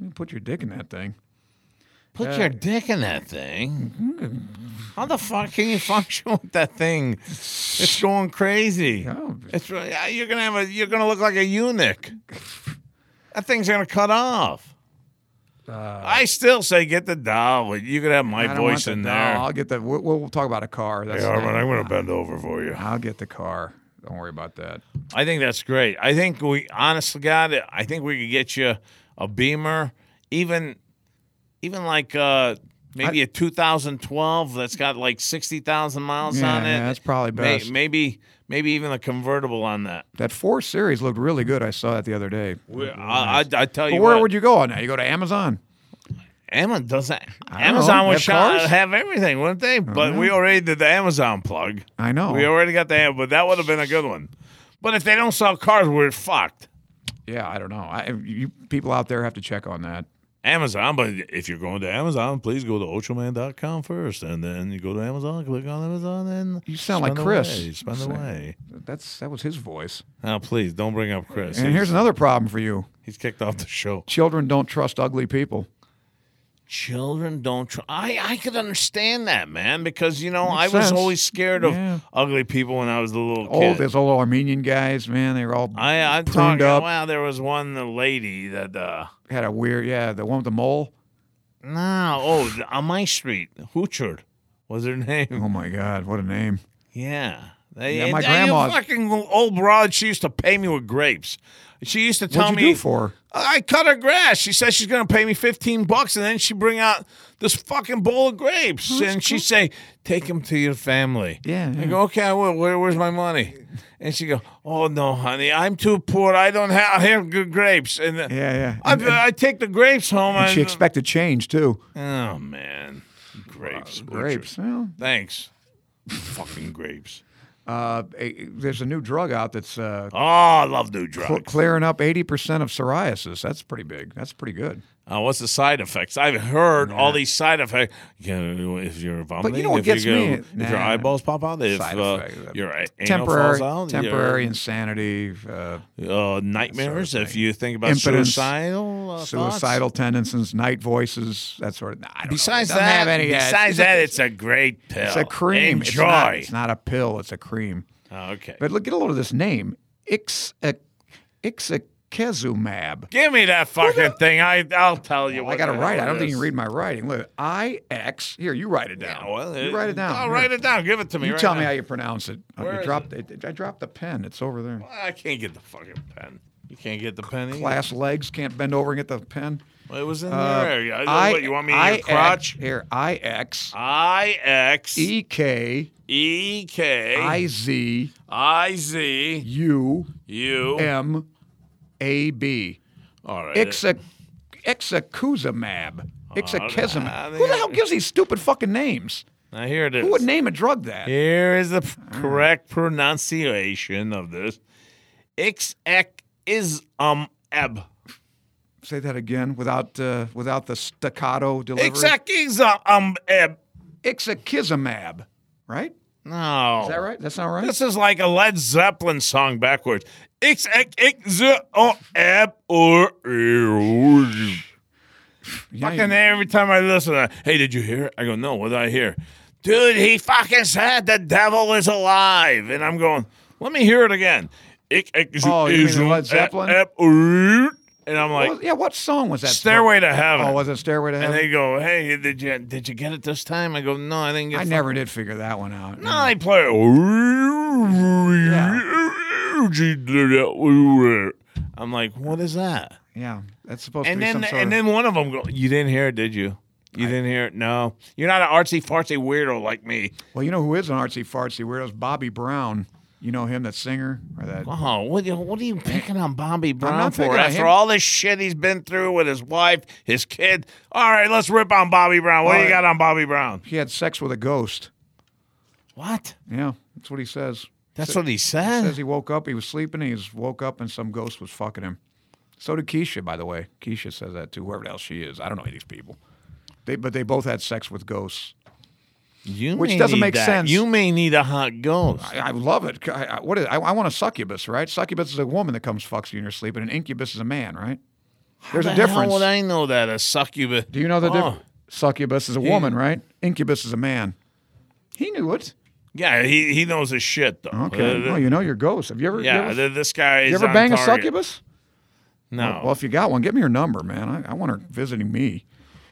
S4: You Put your dick in that thing.
S3: Put your dick in that thing.
S4: Mm-hmm.
S3: How the fuck can you function with that thing? It's going crazy.
S4: Oh,
S3: It's really, uh, you're gonna have a you're gonna look like a eunuch. That thing's gonna cut off. I still say get the doll. but You could have
S4: Uh,
S3: my
S4: I don't want
S3: voice
S4: the-
S3: in
S4: no,
S3: there.
S4: I'll get the. We'll, we'll talk about a car. That's
S3: Hey, Armin,
S4: not-
S3: I'm gonna bend over for you.
S4: I'll get the car. Don't worry about that.
S3: I think that's great. I think we, honestly, God, I think we could get you a Beamer, even, even like uh, maybe a 2012 that's got like 60,000 miles
S4: Yeah,
S3: on it.
S4: yeah, that's probably
S3: May-
S4: best.
S3: maybe, maybe even a convertible on that.
S4: That four series looked really good. I saw that the other day.
S3: We- I, I, I tell
S4: But
S3: you,
S4: where
S3: what,
S4: would you go on now? You go to Amazon.
S3: Amazon doesn't.
S4: don't
S3: Amazon
S4: know.
S3: would
S4: Have
S3: shop,
S4: cars?
S3: have everything, wouldn't they? But we already did the Amazon plug.
S4: I know.
S3: We already got the, but that would have been a good one. But if they don't sell cars, we're fucked.
S4: yeah, I don't know. I, you people out there have to check on that.
S3: Amazon, but if you're going to Amazon, please go to ochoman.com first, and then you go to Amazon, click on Amazon, and
S4: You sound like
S3: spend
S4: Chris.
S3: Away, spend
S4: Say-
S3: away.
S4: That's that was his voice.
S3: Now, please don't bring up Chris.
S4: And here's
S3: he's,
S4: another problem for you:
S3: he's kicked off the show.
S4: children don't trust ugly people.
S3: Children don't. Tr- I I could understand that, man, because you know I
S4: Makes
S3: was
S4: sense.
S3: always scared of
S4: Yeah.
S3: ugly people when I was a little
S4: Old,
S3: kid.
S4: those old Armenian guys, man, they were all
S3: I I'm
S4: pruned
S3: talking.
S4: up.
S3: Well, there was one the lady that. uh
S4: had a weird, yeah, the one with the mole.
S3: No, oh, th- on my street, Hoochard was her name.
S4: Oh my God, what a name!
S3: Yeah. They,
S4: Yeah, my
S3: and- and you
S4: grandma's-
S3: fucking old broad. She used to pay me with grapes. She used to tell
S4: What'd
S3: me
S4: you do for? her?
S3: I cut her grass. She said she's gonna pay me fifteen bucks, and then she bring out this fucking bowl of grapes, and she say, "Take them to your family."
S4: Yeah,
S3: I
S4: yeah.
S3: go, "Okay, I will. Where, where's my money?" And she go, "Oh no, honey, I'm too poor. I don't have, I have good grapes." And the-
S4: Yeah, yeah.
S3: I,
S4: And- and-
S3: I take the grapes home.
S4: and
S3: and
S4: she expected change too.
S3: oh man, grapes, Hoochard.
S4: Uh, Grapes. Well,
S3: Thanks, fucking grapes.
S4: uh, a- there's a new drug out that's uh,
S3: Oh, I love new
S4: cl-
S3: drugs.
S4: clearing up 80% of psoriasis. That's pretty big. That's pretty good.
S3: Uh, what's the side effects? I've heard all these side effects. You know, if you're vomiting,
S4: know what
S3: if, you
S4: gets
S3: go-
S4: me?
S3: if your
S4: Nah.
S3: eyeballs pop out, if
S4: Side
S3: uh,
S4: effect.
S3: your a- anal falls
S4: Temporary,
S3: out,
S4: temporary insanity, uh,
S3: your, uh, nightmares.
S4: Sort of
S3: if
S4: thing.
S3: you think about
S4: Impotence.
S3: suicidal, uh, thoughts.
S4: suicidal tendencies, night voices, that sort of. I don't know. It
S3: Besides
S4: doesn't
S3: that,
S4: have any- yeah,
S3: besides
S4: it's,
S3: that, it's a great pill.
S4: it's a cream. It's
S3: Enjoy.
S4: not, it's not a pill. It's a cream.
S3: Oh, okay,
S4: But look, get a load of this name, Ix, uh, ixekizumab.
S3: give me that fucking thing. I I'll tell you.
S4: Well,
S3: what
S4: I got to
S3: the
S4: write.
S3: hell
S4: I don't
S3: it
S4: think you
S3: is.
S4: can read my writing. Look, I X. Here, you write it down.
S3: Yeah, well,
S4: you write it down.
S3: I'll
S4: Here.
S3: write it down. Give it to me.
S4: You
S3: right
S4: tell me
S3: now.
S4: how you pronounce it. Oh,
S3: Where
S4: you
S3: is
S4: dropped it- I dropped the pen. It's over there.
S3: I can't get the fucking pen. You can't get the pen. either.
S4: Class legs can't bend over and get the pen.
S3: Well, It was in
S4: Uh,
S3: your area. I,
S4: I-
S3: what, you want me in
S4: I
S3: your crotch?
S4: X- Here, I X
S3: I X
S4: E K
S3: E K
S4: I Z
S3: I Z
S4: U
S3: U.
S4: M A B.
S3: All right. Oh,
S4: Ixa- Ixekizumab.
S3: I
S4: Ixekizumab.
S3: think
S4: Who the
S3: I-
S4: hell gives these stupid fucking names?
S3: Now here it is.
S4: Who would name Mm. a drug that?
S3: Here is the p- correct pronunciation of this. Ix ek is um eb.
S4: Say that again without uh, without the staccato delivery.
S3: Ix ek is um eb.
S4: Ixekizumab. Right?
S3: No.
S4: Is that right? That sound right?
S3: This is like a Led Zeppelin song backwards. Ix ek ix um eb or er.
S4: Yeah,
S3: Fucking every time I listen, I, hey, did you hear it? I go, no, what did I hear? Dude, he fucking said the devil is alive. And I'm going, let me hear it again. Ik- ik-
S4: Oh, you mean
S3: is-
S4: the Led
S3: eh,
S4: Zeppelin?
S3: eh, er. And I'm
S4: What
S3: like,
S4: was- yeah, what song was that?
S3: Stairway to
S4: Oh,
S3: Heaven.
S4: was it Stairway to
S3: And
S4: Heaven?
S3: they go, hey, did you did you get it this time? I go, no, I didn't get
S4: I
S3: it.
S4: never did figure that one out.
S3: No, they play it. I'm like, what is that?
S4: Yeah, that's supposed
S3: and
S4: to
S3: then
S4: be some sort
S3: and
S4: of.
S3: then one of them go, "You didn't hear it, did you? You didn't hear it? No, you're not an artsy fartsy weirdo like me."
S4: Well, you know who is an artsy fartsy weirdo? Is Bobby Brown. You know him, that singer or that.
S3: Oh, what, what are you picking on Bobby Brown
S4: not picking
S3: for
S4: on
S3: after
S4: him.
S3: all this shit he's been through with his wife, his kid? All right, let's rip on Bobby Brown. What do you
S4: All right.
S3: got on Bobby Brown?
S4: He had sex with a ghost.
S3: What?
S4: Yeah, that's what he says.
S3: That's what he
S4: Says
S3: said.
S4: he woke up, he was sleeping, he was woke up, and some ghost was fucking him. So did Keisha, by the way. Keisha says that too. Whoever the hell she is, I don't know any of these people. They, but they both had sex with ghosts.
S3: You
S4: Which
S3: may
S4: doesn't
S3: need
S4: make
S3: that.
S4: sense.
S3: You may need a hot ghost.
S4: I, I love it. I, I, what is, I, I want a succubus, right? Succubus is a woman that comes fucks you in your sleep, and an incubus is a man, right? There's
S3: How
S4: a
S3: the hell
S4: difference.
S3: would I know that a succubus?
S4: Do you know the
S3: Oh,
S4: difference? Succubus is a woman, right? Incubus is a man. He knew it.
S3: Yeah, he, he knows his shit though.
S4: Okay.
S3: Uh,
S4: well, you know your ghosts. Have you ever?
S3: yeah,
S4: You ever,
S3: th- this guy is.
S4: you ever
S3: on
S4: bang a
S3: target.
S4: succubus?
S3: No.
S4: Well, if you got one, give me your number, man. I, I want her visiting me.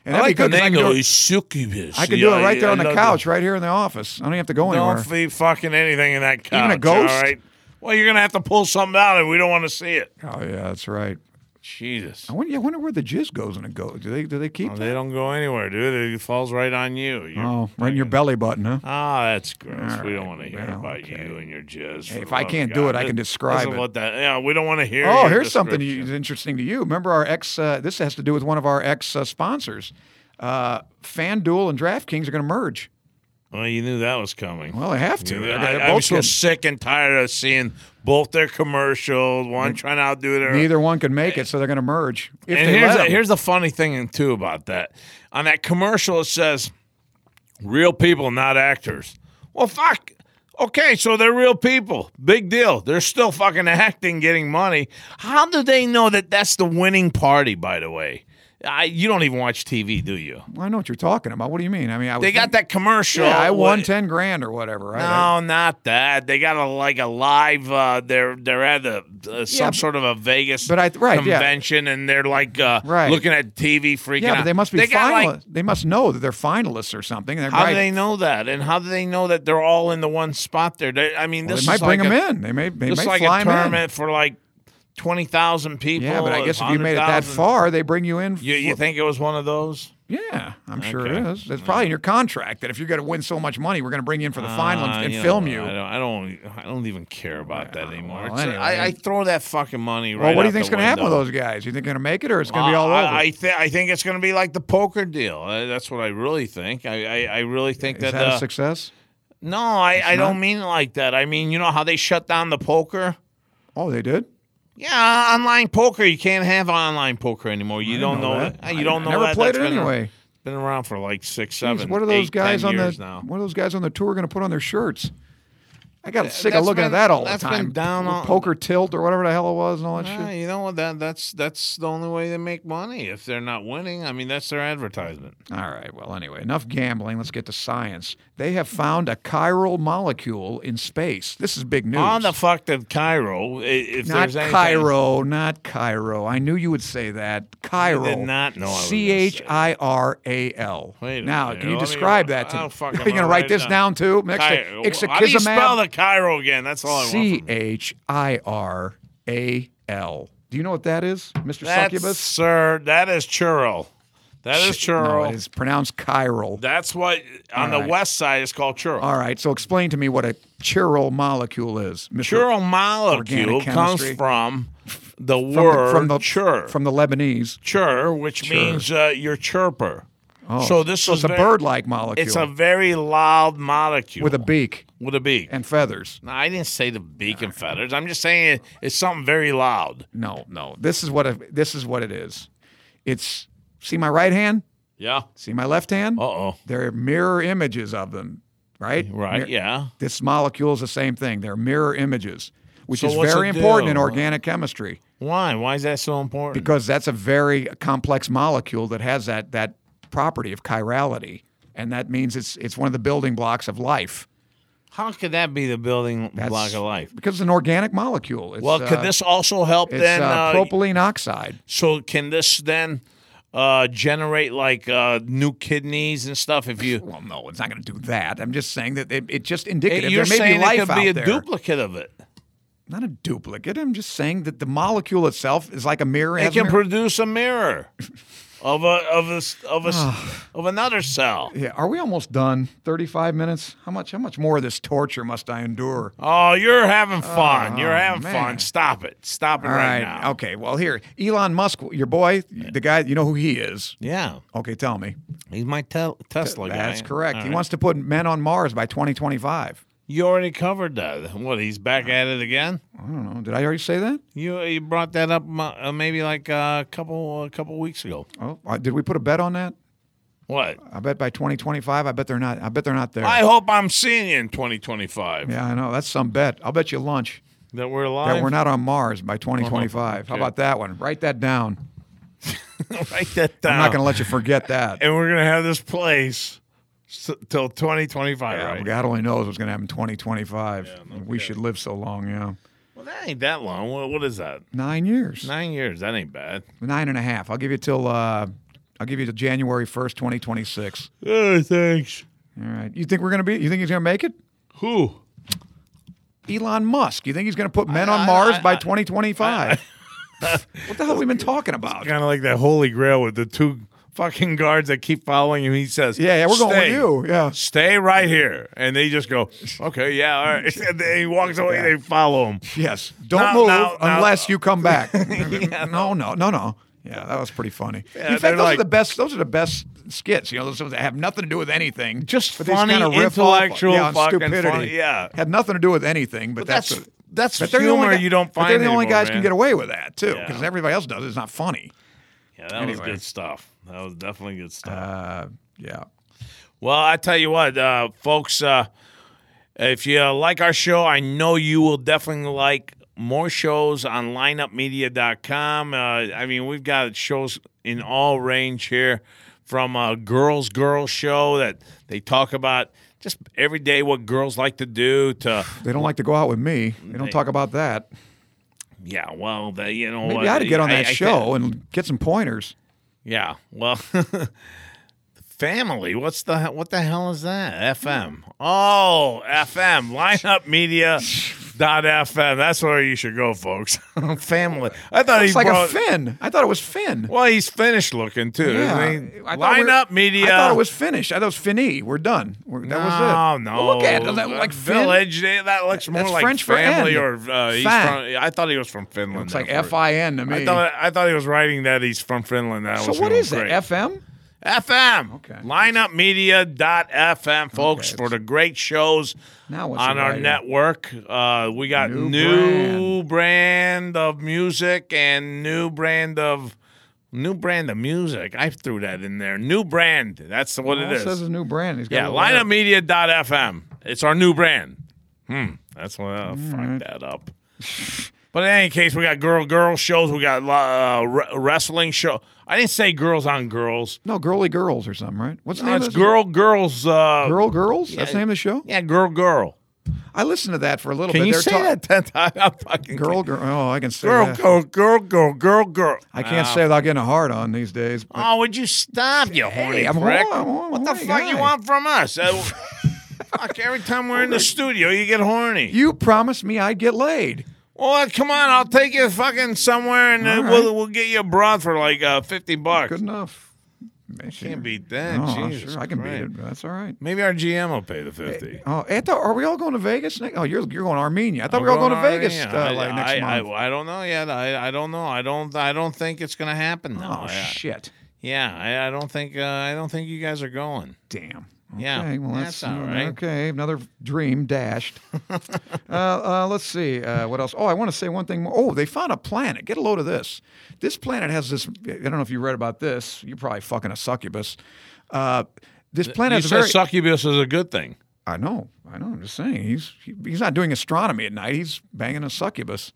S4: And
S3: I
S4: that'd
S3: like
S4: be
S3: the
S4: good 'cause
S3: name
S4: I can
S3: though.
S4: do it,
S3: He's succubus.
S4: I can
S3: Yeah,
S4: do it right there
S3: yeah,
S4: on
S3: I
S4: the
S3: love
S4: couch, right here in the office. I don't even have to go
S3: it.
S4: anywhere.
S3: Don't feed fucking anything in that couch.
S4: Even a ghost?
S3: All right. Well, you're gonna have to pull something out, and we don't want to see it.
S4: oh yeah, that's right.
S3: Jesus.
S4: I wonder, I wonder where the jizz goes in a go. Do they do they keep?
S3: Well,
S4: that?
S3: they don't go anywhere, dude. It falls right on you. You're-
S4: Oh, right in your belly button, huh?
S3: Ah, that's gross.
S4: All
S3: we don't
S4: right,
S3: want to hear
S4: well,
S3: about
S4: okay.
S3: you and your jizz. for
S4: Hey, if
S3: the
S4: I
S3: love of
S4: can't do
S3: God.
S4: it, I can
S3: This-
S4: describe
S3: this is
S4: it.
S3: What that, yeah, we don't want to hear.
S4: Oh,
S3: your
S4: here's something
S3: description.
S4: you- that's interesting to you. Remember our ex? Uh, this has to do with one of our ex uh, sponsors. Uh, FanDuel and DraftKings are going to merge.
S3: Well, you knew that was coming.
S4: Well, they have to. They're-
S3: I,
S4: they're
S3: I
S4: both
S3: was so
S4: getting-
S3: sick and tired of seeing both their commercials, one trying to outdo their.
S4: neither one can make it, so they're going to merge. If
S3: and
S4: they
S3: here's
S4: let
S3: the,
S4: 'em.
S3: here's the funny thing too about that. On that commercial, it says, "Real people, not actors." Well, fuck. Okay, so they're real people. Big deal. They're still fucking acting, getting money. How do they know that that's the winning party? By the way, I, you don't even watch TV, do you?
S4: Well, I know what you're talking about. What do you mean? I mean, I
S3: They got that commercial.
S4: Yeah, I won
S3: What-
S4: ten grand or whatever. Right? I-
S3: No, not that. They got a like a live. Uh, they're they're at a, uh, some
S4: but-
S3: sort of a Vegas
S4: but I- right, yeah.
S3: convention, and they're like uh,
S4: Right.
S3: looking at TV, freaking.
S4: yeah,
S3: out.
S4: but they must be
S3: They got,
S4: finalists.
S3: like,
S4: they must know that they're finalists or something. and they're
S3: how
S4: right.
S3: do they know that? And how do they know that they're all in the one spot there? They, I mean,
S4: Well,
S3: this
S4: they might
S3: is
S4: bring
S3: like
S4: them
S3: a,
S4: in. They may they
S3: This
S4: may
S3: is like
S4: fly
S3: a
S4: 'em in.
S3: tournament for like twenty thousand people.
S4: Yeah, but I guess if you made it that
S3: 100,000
S4: far, they bring you in.
S3: you, you
S4: for-
S3: think it was one of those?
S4: Yeah, I'm sure it
S3: Okay.
S4: is. It's probably in your contract that if you're going to win so much money, we're going to bring you in for the final
S3: Uh,
S4: and, and
S3: know,
S4: film you.
S3: I don't, I don't. I don't even care about that anymore.
S4: well,
S3: It's- I,
S4: anyway.
S3: I throw that fucking money right.
S4: well, what do you
S3: out
S4: think's
S3: the
S4: going to happen with
S3: window.
S4: those guys? You think they're going to make it, or it's going to be all
S3: Uh, I-
S4: over?
S3: I, think I think it's going to be like the poker deal. Uh, that's what I really think. I I, I really think
S4: is
S3: that.
S4: that
S3: uh,
S4: a success?
S3: no, I, I
S4: not?
S3: don't mean it like that. I mean you know how they shut down the poker.
S4: Oh, they did.
S3: Yeah, online poker. You can't have online poker anymore. You don't
S4: know
S3: know
S4: that.
S3: that.
S4: I-
S3: You don't
S4: I
S3: know
S4: never
S3: that.
S4: played
S3: That's
S4: it
S3: been ar-
S4: anyway.
S3: Been around for like six,
S4: Jeez,
S3: seven.
S4: what are those
S3: eight,
S4: guys
S3: 10
S4: on
S3: years
S4: the?
S3: now?
S4: What are those guys on the tour going to put on their shirts? I got sick of
S3: that's
S4: looking at
S3: been-
S4: that all the
S3: that's been
S4: time.
S3: down on-
S4: poker tilt or whatever the hell it was and all that
S3: Ah,
S4: shit.
S3: you know what? That that's that's the only way they make money. If they're not winning, I mean that's their advertisement.
S4: All right. Well, anyway, enough gambling. Let's get to science. They have found a chiral molecule in space. This is big news.
S3: On the fuck did Cairo? i- If
S4: not
S3: there's anything,
S4: Cairo, not Cairo. I knew you would say that. Cairo.
S3: not know I was gonna
S4: C H I R A L.
S3: Wait a
S4: Now,
S3: minute,
S4: can you
S3: let me-
S4: describe that to
S3: I don't
S4: me?
S3: fucking
S4: Are you going to
S3: know
S4: write
S3: right
S4: this
S3: now.
S4: down too? Mix-
S3: Cairo. How do you spell
S4: Ixekizumab.
S3: the Cairo again? That's all I want.
S4: C
S3: From you.
S4: H I R A L. Do you know what that is, Mr.
S3: That's,
S4: Succubus?
S3: sir, that is churro. That is
S4: No,
S3: churro.
S4: it is pronounced chiral.
S3: That's what on
S4: All
S3: the
S4: right.
S3: west side it's called churro.
S4: All right, so explain to me what a chiral molecule is, Mr.
S3: Churro
S4: Organic
S3: molecule comes
S4: chemistry.
S3: from the
S4: From the-
S3: word
S4: from the,
S3: chur,
S4: from the Lebanese.
S3: chur, which means uh, your chirper.
S4: Oh,
S3: so this
S4: so
S3: is
S4: it's a
S3: very-
S4: bird-like molecule.
S3: It's a very loud molecule
S4: with a beak
S3: with a beak.
S4: and feathers.
S3: No, I didn't say the beak and feathers. I'm just saying it, it's something very loud.
S4: No, no. This is what a, this is what it is. It's see my right hand,
S3: Yeah.
S4: see my left hand.
S3: Uh oh.
S4: They're mirror images of them, right?
S3: Right.
S4: Mir-
S3: Yeah.
S4: This molecule is the same thing. They're mirror images, which
S3: So
S4: is
S3: what's
S4: very
S3: it
S4: important in
S3: do?
S4: organic chemistry
S3: Why? Why is that so important?
S4: because that's a very complex molecule that has that that property of chirality, and that means it's it's one of the building blocks of life.
S3: How could that be the building
S4: That's-
S3: block of life?
S4: because it's an organic molecule. It's,
S3: Well, could
S4: uh,
S3: this also help
S4: It's
S3: then?
S4: uh,
S3: uh,
S4: propylene oxide.
S3: so can this then uh, generate like uh, new kidneys and stuff? If you
S4: Well, no, it's not going to do that. I'm just saying that it, it's just
S3: Hey,
S4: indicative.
S3: you're
S4: there may
S3: saying
S4: be life
S3: it could
S4: out
S3: be a
S4: there.
S3: duplicate of it.
S4: Not a duplicate. I'm just saying that the molecule itself is like a mirror.
S3: It
S4: has
S3: can
S4: mirror-
S3: produce a mirror of a of a s- of a
S4: Ah.
S3: s- of another cell.
S4: yeah. Are we almost done? 35 minutes. How much? How much more of this torture must I endure?
S3: Oh, you're having fun. you're having
S4: Oh, man.
S3: fun. Stop it. Stop it
S4: All
S3: right,
S4: right.
S3: now.
S4: Okay. Well, here, Elon Musk, your boy, the guy. You know who he is.
S3: Yeah,
S4: Okay, tell me.
S3: he's my tel- Tesla guy.
S4: That's correct.
S3: All
S4: He
S3: right.
S4: wants to put men on Mars by 2025.
S3: You already covered that. What? He's back
S4: Uh,
S3: at it again.
S4: I don't know. Did I already say that?
S3: You you brought that up uh, maybe like uh, a couple a couple weeks ago.
S4: Oh, uh, did we put a bet on that?
S3: What?
S4: I bet by 2025, I bet they're not. I bet they're not there.
S3: I hope I'm seeing you in 2025.
S4: yeah, I know. That's some bet. I'll bet you lunch
S3: That we're alive.
S4: that we're not on Mars by 2025.
S3: Oh,
S4: How
S3: Okay.
S4: about that one? Write that down.
S3: Write that down.
S4: I'm not going to let you forget that.
S3: and we're gonna have this place s- till 2025.
S4: Yeah,
S3: right?
S4: God only knows what's going to happen in 2025. we should live so long. Yeah,
S3: Well, that ain't that long. What, what is that?
S4: nine years, nine,
S3: Nine years. That ain't bad.
S4: nine and a half. I'll give you till. Uh, I'll give you till January 1st, 2026.
S3: Oh, thanks.
S4: All right. You think we're going to be? You think he's going to make it?
S3: Who?
S4: Elon Musk. You think he's going to put men
S3: I-
S4: on Mars
S3: I-
S4: by
S3: I-
S4: 2025? what the hell have we been talking about?
S3: Kind of like that Holy Grail with the two fucking guards that keep following him. He says,
S4: Yeah, yeah, we're going
S3: "Stay.
S4: with you. Yeah.
S3: Stay right here." And they just go, "Okay, yeah, all right." And then he walks away. They follow him.
S4: Yes. Don't
S3: No,
S4: move
S3: no, no.
S4: unless you come back. No, no, no, no. Yeah, that was pretty funny. In
S3: they're
S4: fact, those
S3: like-
S4: are the best. Those are the best skits. You know, those that have nothing to do with anything.
S3: Just
S4: but they just
S3: funny,
S4: kinda riff
S3: intellectual
S4: off, yeah, on
S3: fucking
S4: stupidity.
S3: funny, yeah.
S4: had nothing to do with anything. But, that's
S3: that's-
S4: a-
S3: that's
S4: but they're the
S3: humor
S4: only guy-
S3: you don't
S4: But they're the
S3: find
S4: only
S3: anymore,
S4: guys
S3: man.
S4: can get away with that too,
S3: Yeah.
S4: because everybody else does. it. It's not funny.
S3: Yeah, that was
S4: Anyway.
S3: good stuff. That was definitely good stuff.
S4: Uh, yeah.
S3: Well, I tell you what, uh, folks, uh, if you uh, like our show, I know you will definitely like more shows on lineupmedia.com. Uh, I mean, we've got shows in all range here from a girls' girl show that they talk about just every day what girls like to do to,
S4: They don't like to go out with me. They don't talk about that.
S3: yeah, well, they, you know
S4: Maybe
S3: what,
S4: I ought to get on that
S3: I- I
S4: show
S3: think-
S4: and get some pointers.
S3: yeah, well. Family, what's the what the hell is that? FM. Oh, FM. Lineup Media. Dot FM. That's where you should go, folks. Family. I thought he
S4: It's like
S3: brought.
S4: a Finn. I thought it was Finn.
S3: well, he's Finnish looking too. Isn't he?
S4: I thought we were-
S3: Lineup Media.
S4: I thought it was finished. I thought it was finis. We're done. We're, that was
S3: No,
S4: it.
S3: no.
S4: Well, look at it. Doesn't that look like Finn?
S3: village. eh, That looks more
S4: That's
S3: like
S4: French for
S3: family
S4: end.
S3: or uh, he's
S4: Fan.
S3: from. I thought he was from Finland.
S4: It's like
S3: there for-
S4: F I N to
S3: I
S4: me.
S3: thought I thought he was writing that he's from Finland. That
S4: so
S3: was
S4: what
S3: doing
S4: is
S3: great.
S4: it? FM?
S3: FM.
S4: Okay.
S3: Lineupmedia.fm, folks,
S4: Okay.
S3: for the great shows
S4: Now what's
S3: on
S4: the
S3: our
S4: writer?
S3: network. Uh, we got new,
S4: New
S3: brand. of music and new brand of new brand of music. I threw that in there. New brand. That's what
S4: Well,
S3: it is.
S4: says a new brand. He's got
S3: yeah,
S4: a little-
S3: lineupmedia.fm. It's our new brand. Hmm. That's what I'll
S4: Mm-hmm.
S3: fuck that up. But in any case, we got girl girl shows. We got uh, re- wrestling show. I didn't say girls on girls.
S4: No, girly girls or something, right? What's the
S3: No,
S4: name
S3: it's
S4: of this?
S3: girl, girls. Uh,
S4: Girl girls. That's the
S3: Yeah.
S4: name of the show.
S3: Yeah, girl, girl.
S4: I listened to that for a little
S3: Can
S4: bit.
S3: you
S4: They're
S3: say
S4: talk-
S3: that ten times? I'm fucking
S4: Girl girl. Oh, I can say
S3: girl,
S4: that.
S3: girl, girl, girl, girl, girl.
S4: I can't
S3: Ah.
S4: say without getting a hard on these days. but-
S3: Oh, would you stop, you horny
S4: Hey, I'm
S3: prick?
S4: hor- I'm hor-
S3: what the
S4: horny
S3: fuck
S4: guy.
S3: you want from us? Uh, fuck, every time we're in the studio, you get horny.
S4: You promised me I'd get laid.
S3: well, come on, I'll take you fucking somewhere, and then
S4: All right.
S3: we'll we'll get you a broth for like uh, fifty bucks.
S4: Good enough.
S3: Can't beat that.
S4: No, Oh, I'm
S3: Jesus
S4: sure I can
S3: Christ.
S4: beat it. but That's all right.
S3: Maybe our GM will pay the fifty.
S4: Oh, I thought, are we all going to Vegas? next- Oh, you're you're going to Armenia. I thought we were all going to
S3: Armenia.
S4: Vegas uh, like next
S3: I,
S4: month.
S3: I, I don't know yet. I, I don't know. I don't I don't think it's gonna happen. Now.
S4: oh
S3: I-
S4: shit!
S3: yeah, I, I don't think uh, I don't think you guys are going.
S4: Damn.
S3: Yeah,
S4: Okay, well,
S3: that's
S4: that's,
S3: all right.
S4: Okay, another dream dashed. uh, uh, let's see uh, what else. Oh, I want to say one thing more. Oh, they found a planet. Get a load of this. This planet has this. I don't know if you read about this. You're probably fucking a succubus. Uh, this planet
S3: you
S4: has a
S3: said
S4: very.
S3: succubus is a good thing.
S4: I know. I know. I'm just saying. He's he, he's not doing astronomy at night. He's banging a succubus.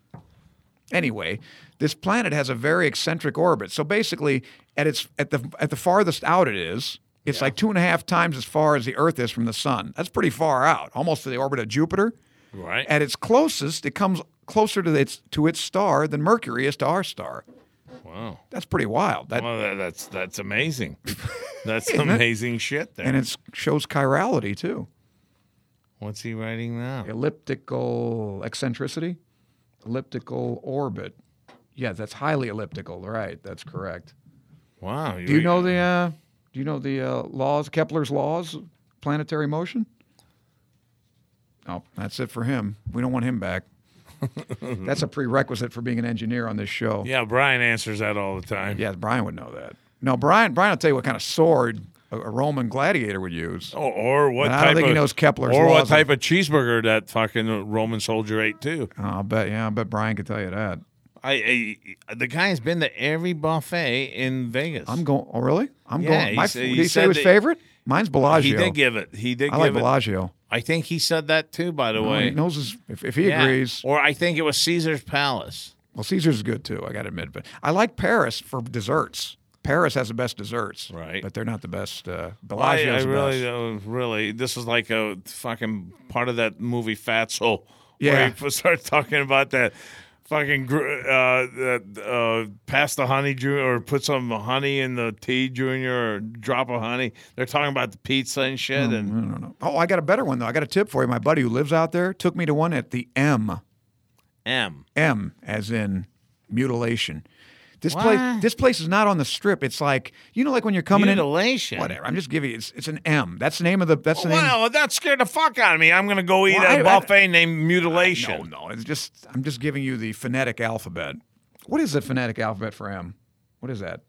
S4: Anyway, this planet has a very eccentric orbit. So basically, at its at the at the farthest out it is, it's like two and a half times as far as the Earth is from the Sun. That's pretty far out, almost to the orbit of Jupiter.
S3: Right.
S4: At its closest, it comes closer to its to its star than Mercury is to our star.
S3: wow.
S4: That's pretty wild. That
S3: Well, that, that's that's amazing. That's amazing shit. There.
S4: and it shows chirality too.
S3: What's he writing now?
S4: elliptical eccentricity, elliptical orbit. Yeah, that's highly elliptical. Right, that's correct.
S3: Wow.
S4: Do you know the uh, Do you know the uh, laws, Kepler's laws, of planetary motion? Oh, that's it for him. We don't want him back. that's a prerequisite for being an engineer on this show.
S3: Yeah, Brian answers that all the time.
S4: Yeah, Brian would know that. No, Brian. Brian, will tell you what kind of sword a, a Roman gladiator would use.
S3: Oh, or what
S4: And I
S3: type
S4: don't think
S3: of
S4: he knows Kepler's
S3: or what
S4: laws of-
S3: type of cheeseburger that fucking Roman soldier ate too.
S4: Oh, I bet. Yeah, I bet Brian could tell you that.
S3: I, I the guy's been to every buffet in Vegas.
S4: I'm going. Oh, really? I'm
S3: Yeah,
S4: going.
S3: he
S4: My,
S3: said-
S4: did
S3: he
S4: he say
S3: said
S4: his
S3: that-
S4: favorite? Mine's
S3: he
S4: Bellagio.
S3: did give it. He did
S4: I like
S3: give it.
S4: Bellagio.
S3: I think he said that too. By the
S4: Well,
S3: way,
S4: he knows his, if, if he
S3: Yeah.
S4: agrees.
S3: Or I think it was Caesar's Palace.
S4: Well, Caesar's is good too. I got to admit, but I like Paris for desserts. Paris has the best desserts,
S3: Right.
S4: But they're not the best. Uh,
S3: I, I
S4: Bellagio's the
S3: really,
S4: best.
S3: don't- really, this is like a fucking part of that movie Fatso.
S4: Yeah.
S3: Where he started talking about that fucking gr- uh, that, uh, pass the honey, Ju- or put some honey in the tea, Junior, or drop of honey. They're talking about the pizza and shit. and
S4: I don't know. Oh, I got a better one though. I got a tip for you. My buddy who lives out there took me to one at the M.
S3: M.
S4: M as in mutilation. This place
S3: What?
S4: this place is not on the strip. It's like you know like when you're coming
S3: Mutilation.
S4: in whatever. I'm just giving you it's it's an M. That's the name of the that's the name.
S3: Well, that scared the fuck out of me. I'm gonna go eat
S4: Well,
S3: at a
S4: I- I-
S3: buffet named Mutilation.
S4: No, no. It's just I'm just giving you the phonetic alphabet. What is the phonetic alphabet for M? What is that?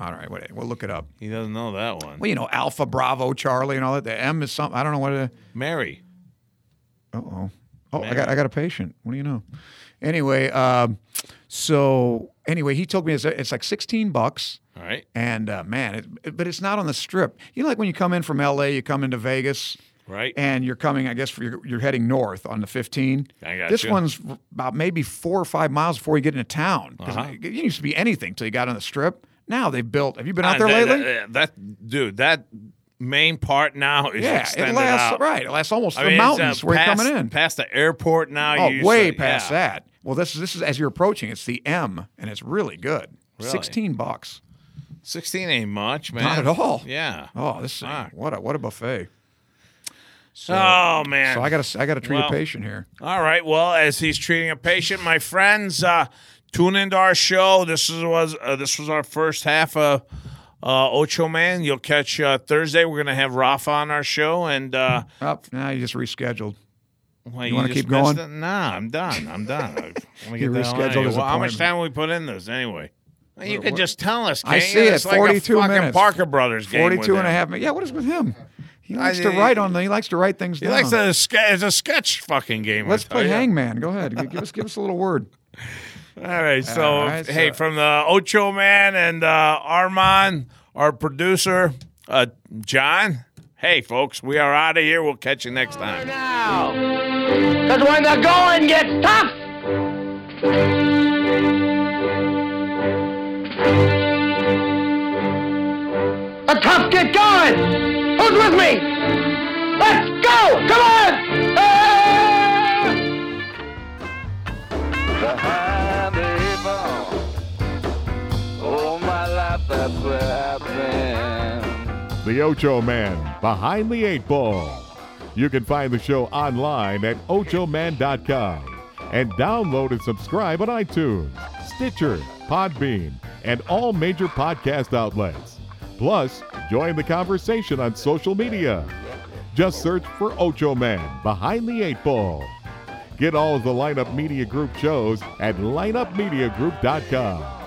S4: All right, wait, we'll look it up.
S3: He doesn't know that one.
S4: Well, you know, Alpha, Bravo, Charlie, and all that. The M is something I don't know what it.
S3: Mary.
S4: Uh oh. Oh, I
S3: Man.
S4: got I got a patient. What do you know? Anyway, um, so anyway, he told me it's, it's like sixteen bucks.
S3: All right.
S4: And uh, man, it, it- but it's not on the strip. You know, like when you come in from LA, you come into Vegas,
S3: Right.
S4: and you're coming, I guess, for you're, you're heading north on the 15.
S3: I got
S4: this
S3: you.
S4: one's r- about maybe four or five miles before you get into town. 'Cause
S3: Uh-huh.
S4: It used to be anything till you got on the strip. Now they've built. Have you been out
S3: Uh,
S4: there
S3: that,
S4: lately?
S3: That, that- dude, that main part now is
S4: yeah, it
S3: extended
S4: lasts
S3: out.
S4: right. It lasts almost
S3: I
S4: the
S3: mean, it's, uh,
S4: mountains where
S3: past,
S4: you're coming in.
S3: past the airport now.
S4: oh,
S3: you
S4: way past that. Well, this is this is as you're approaching. It's the M, and it's really good.
S3: Really?
S4: Sixteen bucks.
S3: Sixteen ain't much, man.
S4: Not at all.
S3: Yeah.
S4: Oh, this thing,
S3: Fuck.
S4: what a what a buffet.
S3: oh man.
S4: So I got to I got to treat
S3: Well,
S4: a patient here.
S3: All right. Well, as he's treating a patient, my friends, uh, tune into our show. This is, was uh, this was our first half of uh, Ocho Man. You'll catch uh, Thursday. We're gonna have Rafa on our show, and uh,
S4: Oh, now you just rescheduled.
S3: well,
S4: You wanna
S3: just
S4: keep
S3: missed
S4: going?
S3: it. Nah, I'm done. I'm done. I wanna
S4: You
S3: get that out of
S4: rescheduled
S3: here.
S4: his
S3: Well, how much
S4: appointment.
S3: time we put in this anyway? Well, You can just tell us.
S4: I
S3: can't
S4: see
S3: you?
S4: it,
S3: It's like a
S4: 42
S3: fucking
S4: minutes.
S3: Parker Brothers game. with
S4: 42 and a
S3: him.
S4: half minutes. Yeah, what is with him? He likes to
S3: he-
S4: write on. He likes to write things
S3: He
S4: down.
S3: likes a sketch. It's a sketch fucking game. I
S4: Let's
S3: tell
S4: play
S3: you.
S4: Hangman. Go ahead. Give us give us a little word.
S3: All right. So,
S4: All right,
S3: hey,
S4: so-
S3: from the Ocho Man and uh, Armand, our producer, uh, John. Hey, folks, we are out of here. We'll catch you next time.
S5: now. Because when the going gets tough, the tough get going. Who's with me? Let's go! Come on! Ah!
S2: behind the eight ball. All my life that's where I've been.
S1: The Ocho Man Behind the Eight Ball. You can find the show online at ochoman.com and download and subscribe on iTunes, Stitcher, Podbean, and all major podcast outlets. Plus, join the conversation on social media. Just search for Ocho Man Behind the Eight Ball. Get all of the Lineup Media Group shows at lineupmediagroup.com.